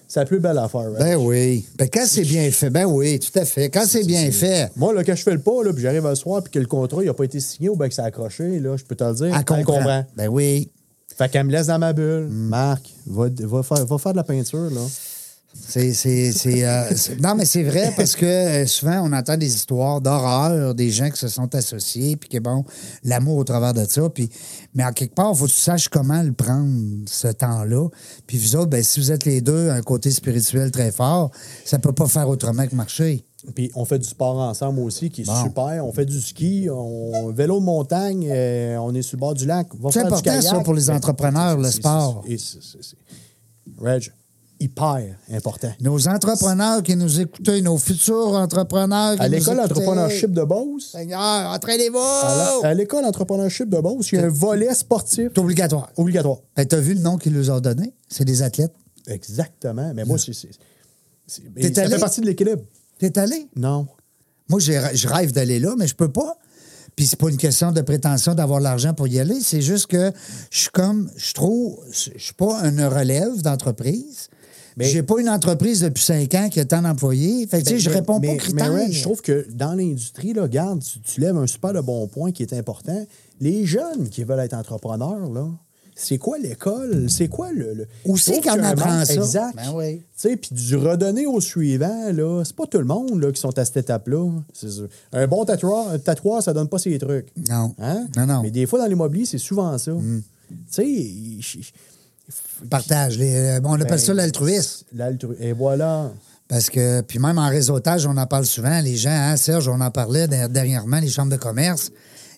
C'est la plus belle affaire, Reg.
Ben oui. Ben quand c'est bien fait, ben oui, tout à fait. Quand c'est bien fait,
Moi, là, quand je fais le pas, là, puis j'arrive le soir, puis que le contrat, il n'a pas été signé ou bien que c'est accroché, là, je peux te le dire.
à
elle le
comprendre.
comprend.
Ben oui.
Fait qu'elle me laisse dans ma bulle. Marc, va, va faire, va faire de la peinture, là.
C'est, c'est, c'est, euh, c'est- non, mais c'est vrai parce que euh, souvent, on entend des histoires d'horreur, des gens qui se sont associés, puis que, bon, l'amour au travers de ça. Puis, mais en quelque part, il faut que tu saches comment le prendre, ce temps-là. Puis vous autres, ben, si vous êtes les deux, un côté spirituel très fort, ça peut pas faire autrement que marcher.
Puis on fait du sport ensemble aussi, qui est
Bon.
super. On fait du ski, on vélo de montagne, euh, on est sur le bord du lac. Va
C'est
faire du
important, ça,
kayak.
pour les
Mais-
entrepreneurs, le
c'est- c'est-
sport.
c'est- c'est- c'est- c'est- Reg, hyper important.
Nos entrepreneurs qui nous écoutaient, nos futurs entrepreneurs qui
À
nous
l'école
écoutaient,
entrepreneurship de Beauce,
Seigneur, entraînez-vous!
à la- à l'école entrepreneurship de Beauce, il y a un volet sportif
C'est obligatoire.
obligatoire.
Ben, t'as vu le nom qu'ils nous ont donné? C'est des athlètes.
Exactement. Mais moi, c'est. c'est- c'est- mais
T'es
Ça
allé?
fait partie de l'équilibre.
T'es allé?
Non.
Moi, j'ai- je rêve d'aller là, mais je peux pas. Puis c'est pas une question de prétention d'avoir l'argent pour y aller. C'est juste que je suis comme, je trouve, je suis pas une relève d'entreprise. Mais j'ai pas une entreprise depuis cinq ans qui a tant d'employés. Fait que, tu sais, je
Ben, Mais-
réponds
mais-
pas aux critères.
mais Red, je trouve que dans l'industrie, là, regarde, tu, tu lèves un super de bon point qui est important. Les jeunes qui veulent être entrepreneurs, là, c'est quoi l'école? C'est quoi le. le...
Où
Je
c'est
trouve
qu'on
qu'il y a un
apprend
manque-
ça?
Exact.
Ben oui.
Tu sais, puis du redonner au suivant, là, c'est pas tout le monde là, qui sont à cette étape-là. C'est sûr. Un bon tatoueur, un tatoueur, ça donne pas ces trucs.
Non.
Hein?
Non, non. Mm.
Mais des fois, dans l'immobilier, c'est souvent ça. Tu sais, il- il-
Partage. les- euh, on appelle
Ben,
ça l'altruisme.
l'altru- Et voilà.
Parce que, puis même en réseautage, on en parle souvent. Les gens, hein, Serge, on en parlait der- dernièrement, les chambres de commerce.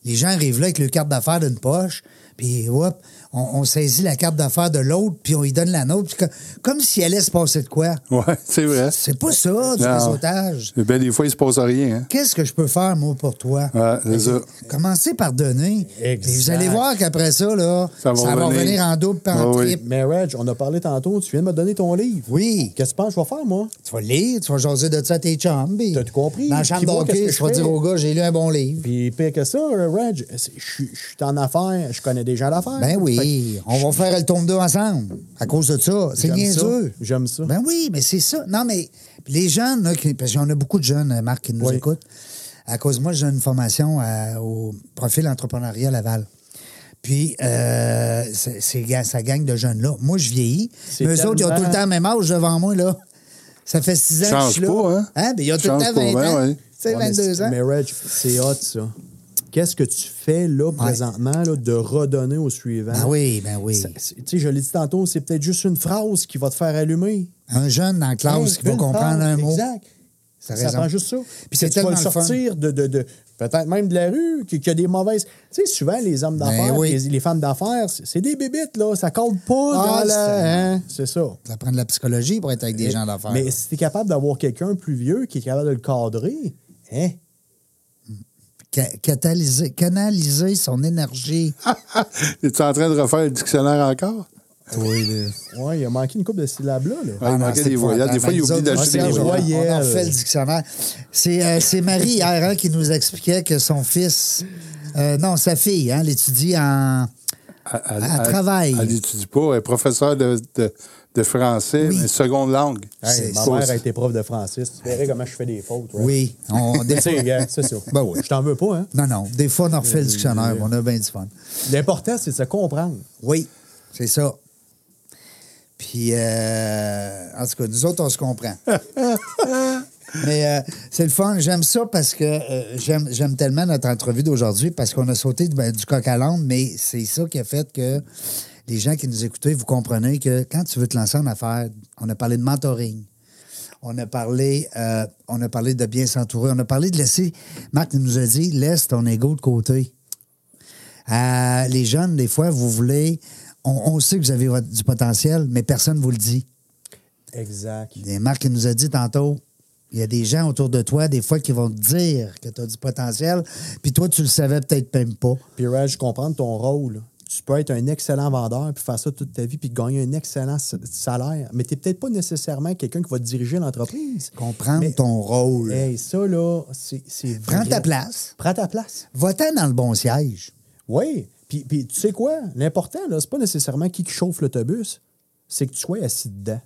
Les gens arrivent là avec leur carte d'affaires d'une poche, puis hop, on, on saisit la carte d'affaires de l'autre, puis on lui donne la nôtre, puis co- comme s'il allait se passer de quoi.
Oui, c'est vrai.
C'est pas ça, du
Non.
réseautage.
Eh Ben, des fois, il se passe rien. Hein?
Qu'est-ce que je peux faire, moi, pour toi?
Ouais, c'est ça.
Commencez par donner.
Exact.
Puis vous allez voir qu'après ça, là, ça va, revenir en double, puis en
Ah oui.
triple.
Mais Reg, on a parlé tantôt, tu viens de me donner ton livre.
Oui.
Qu'est-ce que tu penses que je vais faire, moi?
Tu vas lire, tu vas jaser de ça à tes chums. puis
T'as tout compris.
Dans la chambre
Puis moi,
d'hockey,
qu'est-ce que
tu
je
vas
fais?
dire au gars, j'ai lu un bon livre.
Puis pire que ça, euh, Reg, c'est- je suis je suis en affaires, je connais des gens d'affaires.
Ben
Fait
oui,
que
on va faire le tombe 2 ensemble à cause de ça. C'est
J'aime ça.
niaiseux.
J'aime ça.
Ben oui, mais c'est ça. Non, mais les jeunes, là, qui- parce qu'on a beaucoup de jeunes, euh, Marc, qui nous
Oui.
écoutent. À cause, moi, j'ai une formation à- au profil entrepreneurial Laval. Puis, euh, c'est- c'est ga- ça gagne de jeunes-là. Moi, je vieillis.
C'est
Mais eux autres, ils ont tout le
tellement-
temps le même âge devant moi, là. Ça fait six ans que je
Change
suis là.
pas, hein?
Ben, ils ont tout le
Change
temps 20
pas, ben
ans.
oui.
Tu sais,
Ouais, mais
22
c'est-
ans.
Mais Reg, c'est hot, ça. Qu'est-ce que tu fais, là, présentement, là, de redonner au suivant?
Ben oui, ben oui.
Ça- c'est- Tu sais, je l'ai dit tantôt, c'est peut-être juste une phrase qui va te faire allumer.
Un jeune dans la classe
Hey,
qui va
une
comprendre
phrase,
un mot.
Exact.
T'as
Ça
raison.
prend juste ça.
Puis
Puis
c'est
c'est tu vas le
tellement le fun.
sortir de, de- de- peut-être même de la rue, qu'il y a des mauvaises. Tu sais, souvent, les hommes d'affaires,
Ben oui.
les, les femmes d'affaires, c'est c'est des bébites, là. Ça compte pas
Ah,
dans
c'est-
la. hein, C'est ça.
Ça prend de la psychologie pour être avec des gens d'affaires.
Mais si t'es capable d'avoir quelqu'un plus vieux qui est capable de le cadrer, hein?
Ca- catalyser, canaliser son énergie.
Es-tu en train de refaire le dictionnaire encore?
Oui, là.
Ouais, il a manqué une coupe de syllabes là. là.
Ah, il Ah, manquait des voyelles. Des fois, il oublie d'acheter des
c'est
voyelles.
voyelles.
On en fait le dictionnaire. C'est euh, c'est Marie hier hein, qui nous expliquait que son fils, euh, non, sa fille, hein, l'étudie en.
Elle, elle-
Elle Ah, travaille.
Elle n'étudie pas. Elle est professeure de, de, de français, mais seconde langue.
Hey, ma
C'est-
mère a été prof de français. Tu verrais comment je fais des fautes. ouais.
Oui. On, des
Tu sais,
fois-
regarde, c'est ça.
Ben oui.
Je t'en veux pas, hein?
non, non. Des fois, on en refait le dictionnaire. mais On a bien du fun.
L'important, c'est de se comprendre.
Oui, c'est ça. Puis, euh, en tout cas, nous autres, on se comprend. Mais euh, c'est le fun. J'aime ça parce que euh, j'aime j'aime tellement notre entrevue d'aujourd'hui parce qu'on a sauté du, ben, du coq à l'âne, mais c'est ça qui a fait que les gens qui nous écoutaient, vous comprenez que quand tu veux te lancer en affaires, on a parlé de mentoring. On a parlé, euh, on a parlé de bien s'entourer. On a parlé de laisser. Marc nous a dit laisse ton ego de côté. Euh, les jeunes, des fois, vous voulez. On, on sait que vous avez votre- du potentiel, mais personne ne vous le dit.
Exact.
Et Marc il nous a dit tantôt Il y a des gens autour de toi, des fois, qui vont te dire que tu as du potentiel, puis toi, tu le savais peut-être même pas.
Puis, Raj, comprendre ton rôle. Tu peux être un excellent vendeur, puis faire ça toute ta vie, puis gagner un excellent s- salaire. Mais tu n'es peut-être pas nécessairement quelqu'un qui va te diriger l'entreprise.
Comprendre
Mais-
ton rôle.
Hey, ça, là, c'est. c'est
Eh, Prends
vrai.
ta place.
Prends ta place.
Va-t'en dans le bon siège.
Oui. Puis, puis tu sais quoi? L'important, là, c'est pas nécessairement qui qui chauffe l'autobus, c'est que tu sois assis dedans.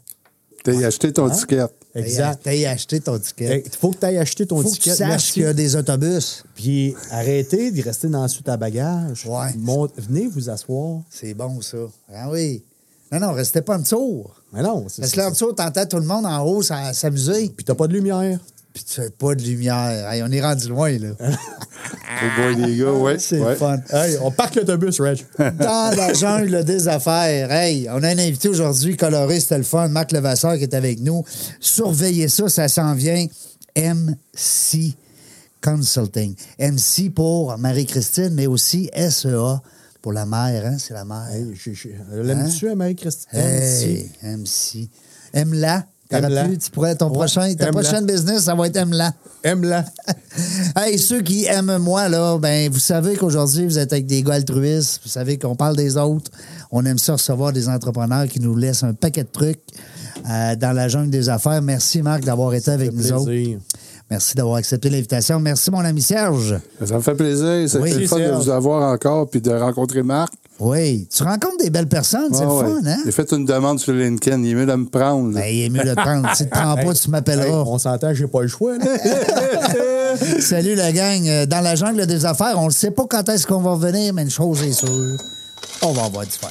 T'as acheté ton
Ah.
Hein?
ticket.
Exact.
T'as acheté ton ticket.
Il faut que tu ailles acheter ton
Faut que
ticket.
tu saches
Merci.
qu'il y a des autobus.
Puis arrêtez de rester dans le sous ta bagage.
Ouais.
Mon- Venez vous asseoir.
C'est bon, ça. Ah oui. Non, non, restez pas en dessous.
Mais non, c'est
Parce
c'est-
que là, en dessous, t'entends tout le monde en haut ça- s'amuser.
Puis t'as pas de lumière.
Puis tu fais pas de lumière. Hey, on est rendu loin, là.
Au bois des gars, ouais.
Ah, C'est
ouais.
le fun.
Hey, on parque l'autobus, Reg.
Dans la jungle des affaires. Hey, on a un invité aujourd'hui coloré, c'était le fun. Marc Levasseur qui est avec nous. Surveillez ça, ça s'en vient. MC Consulting. MC pour Marie-Christine, mais aussi SEA pour la mère. Hein? C'est la mère.
Hey, j'ai- j'ai- L'aimes-tu, Marie-Christine?
Hey, MC. Aime-la. T'aurais
Aime-la.
pu, Tu pourrais, ton
Ouais,
prochain, ta
aime-la.
prochaine business, ça va être aime-la.
Aime-la.
Hey, ceux qui aiment moi, là, ben, vous savez qu'aujourd'hui, vous êtes avec des gars altruistes. Vous savez qu'on parle des autres. On aime ça recevoir des entrepreneurs qui nous laissent un paquet de trucs euh, dans la jungle des affaires. Merci, Marc, d'avoir été avec nous autres.
Plaisir.
Merci d'avoir accepté l'invitation. Merci, mon ami Serge.
Ça me fait plaisir. C'était
Oui.
le fun de
Serge.
vous avoir encore puis de rencontrer Marc.
Oui, tu rencontres des belles personnes. C'est
Ah,
le
ouais.
fun, hein?
J'ai fait une demande sur LinkedIn. Il est mieux de me prendre. là.
Ben, il est mieux de le prendre. Si tu ne prends pas, tu
Hey,
m'appelleras.
on s'entend, j'ai pas le choix. là.
Salut la gang. Euh, Dans la jungle des affaires, on ne sait pas quand est-ce qu'on va revenir, mais une chose est sûre, on va avoir du fun.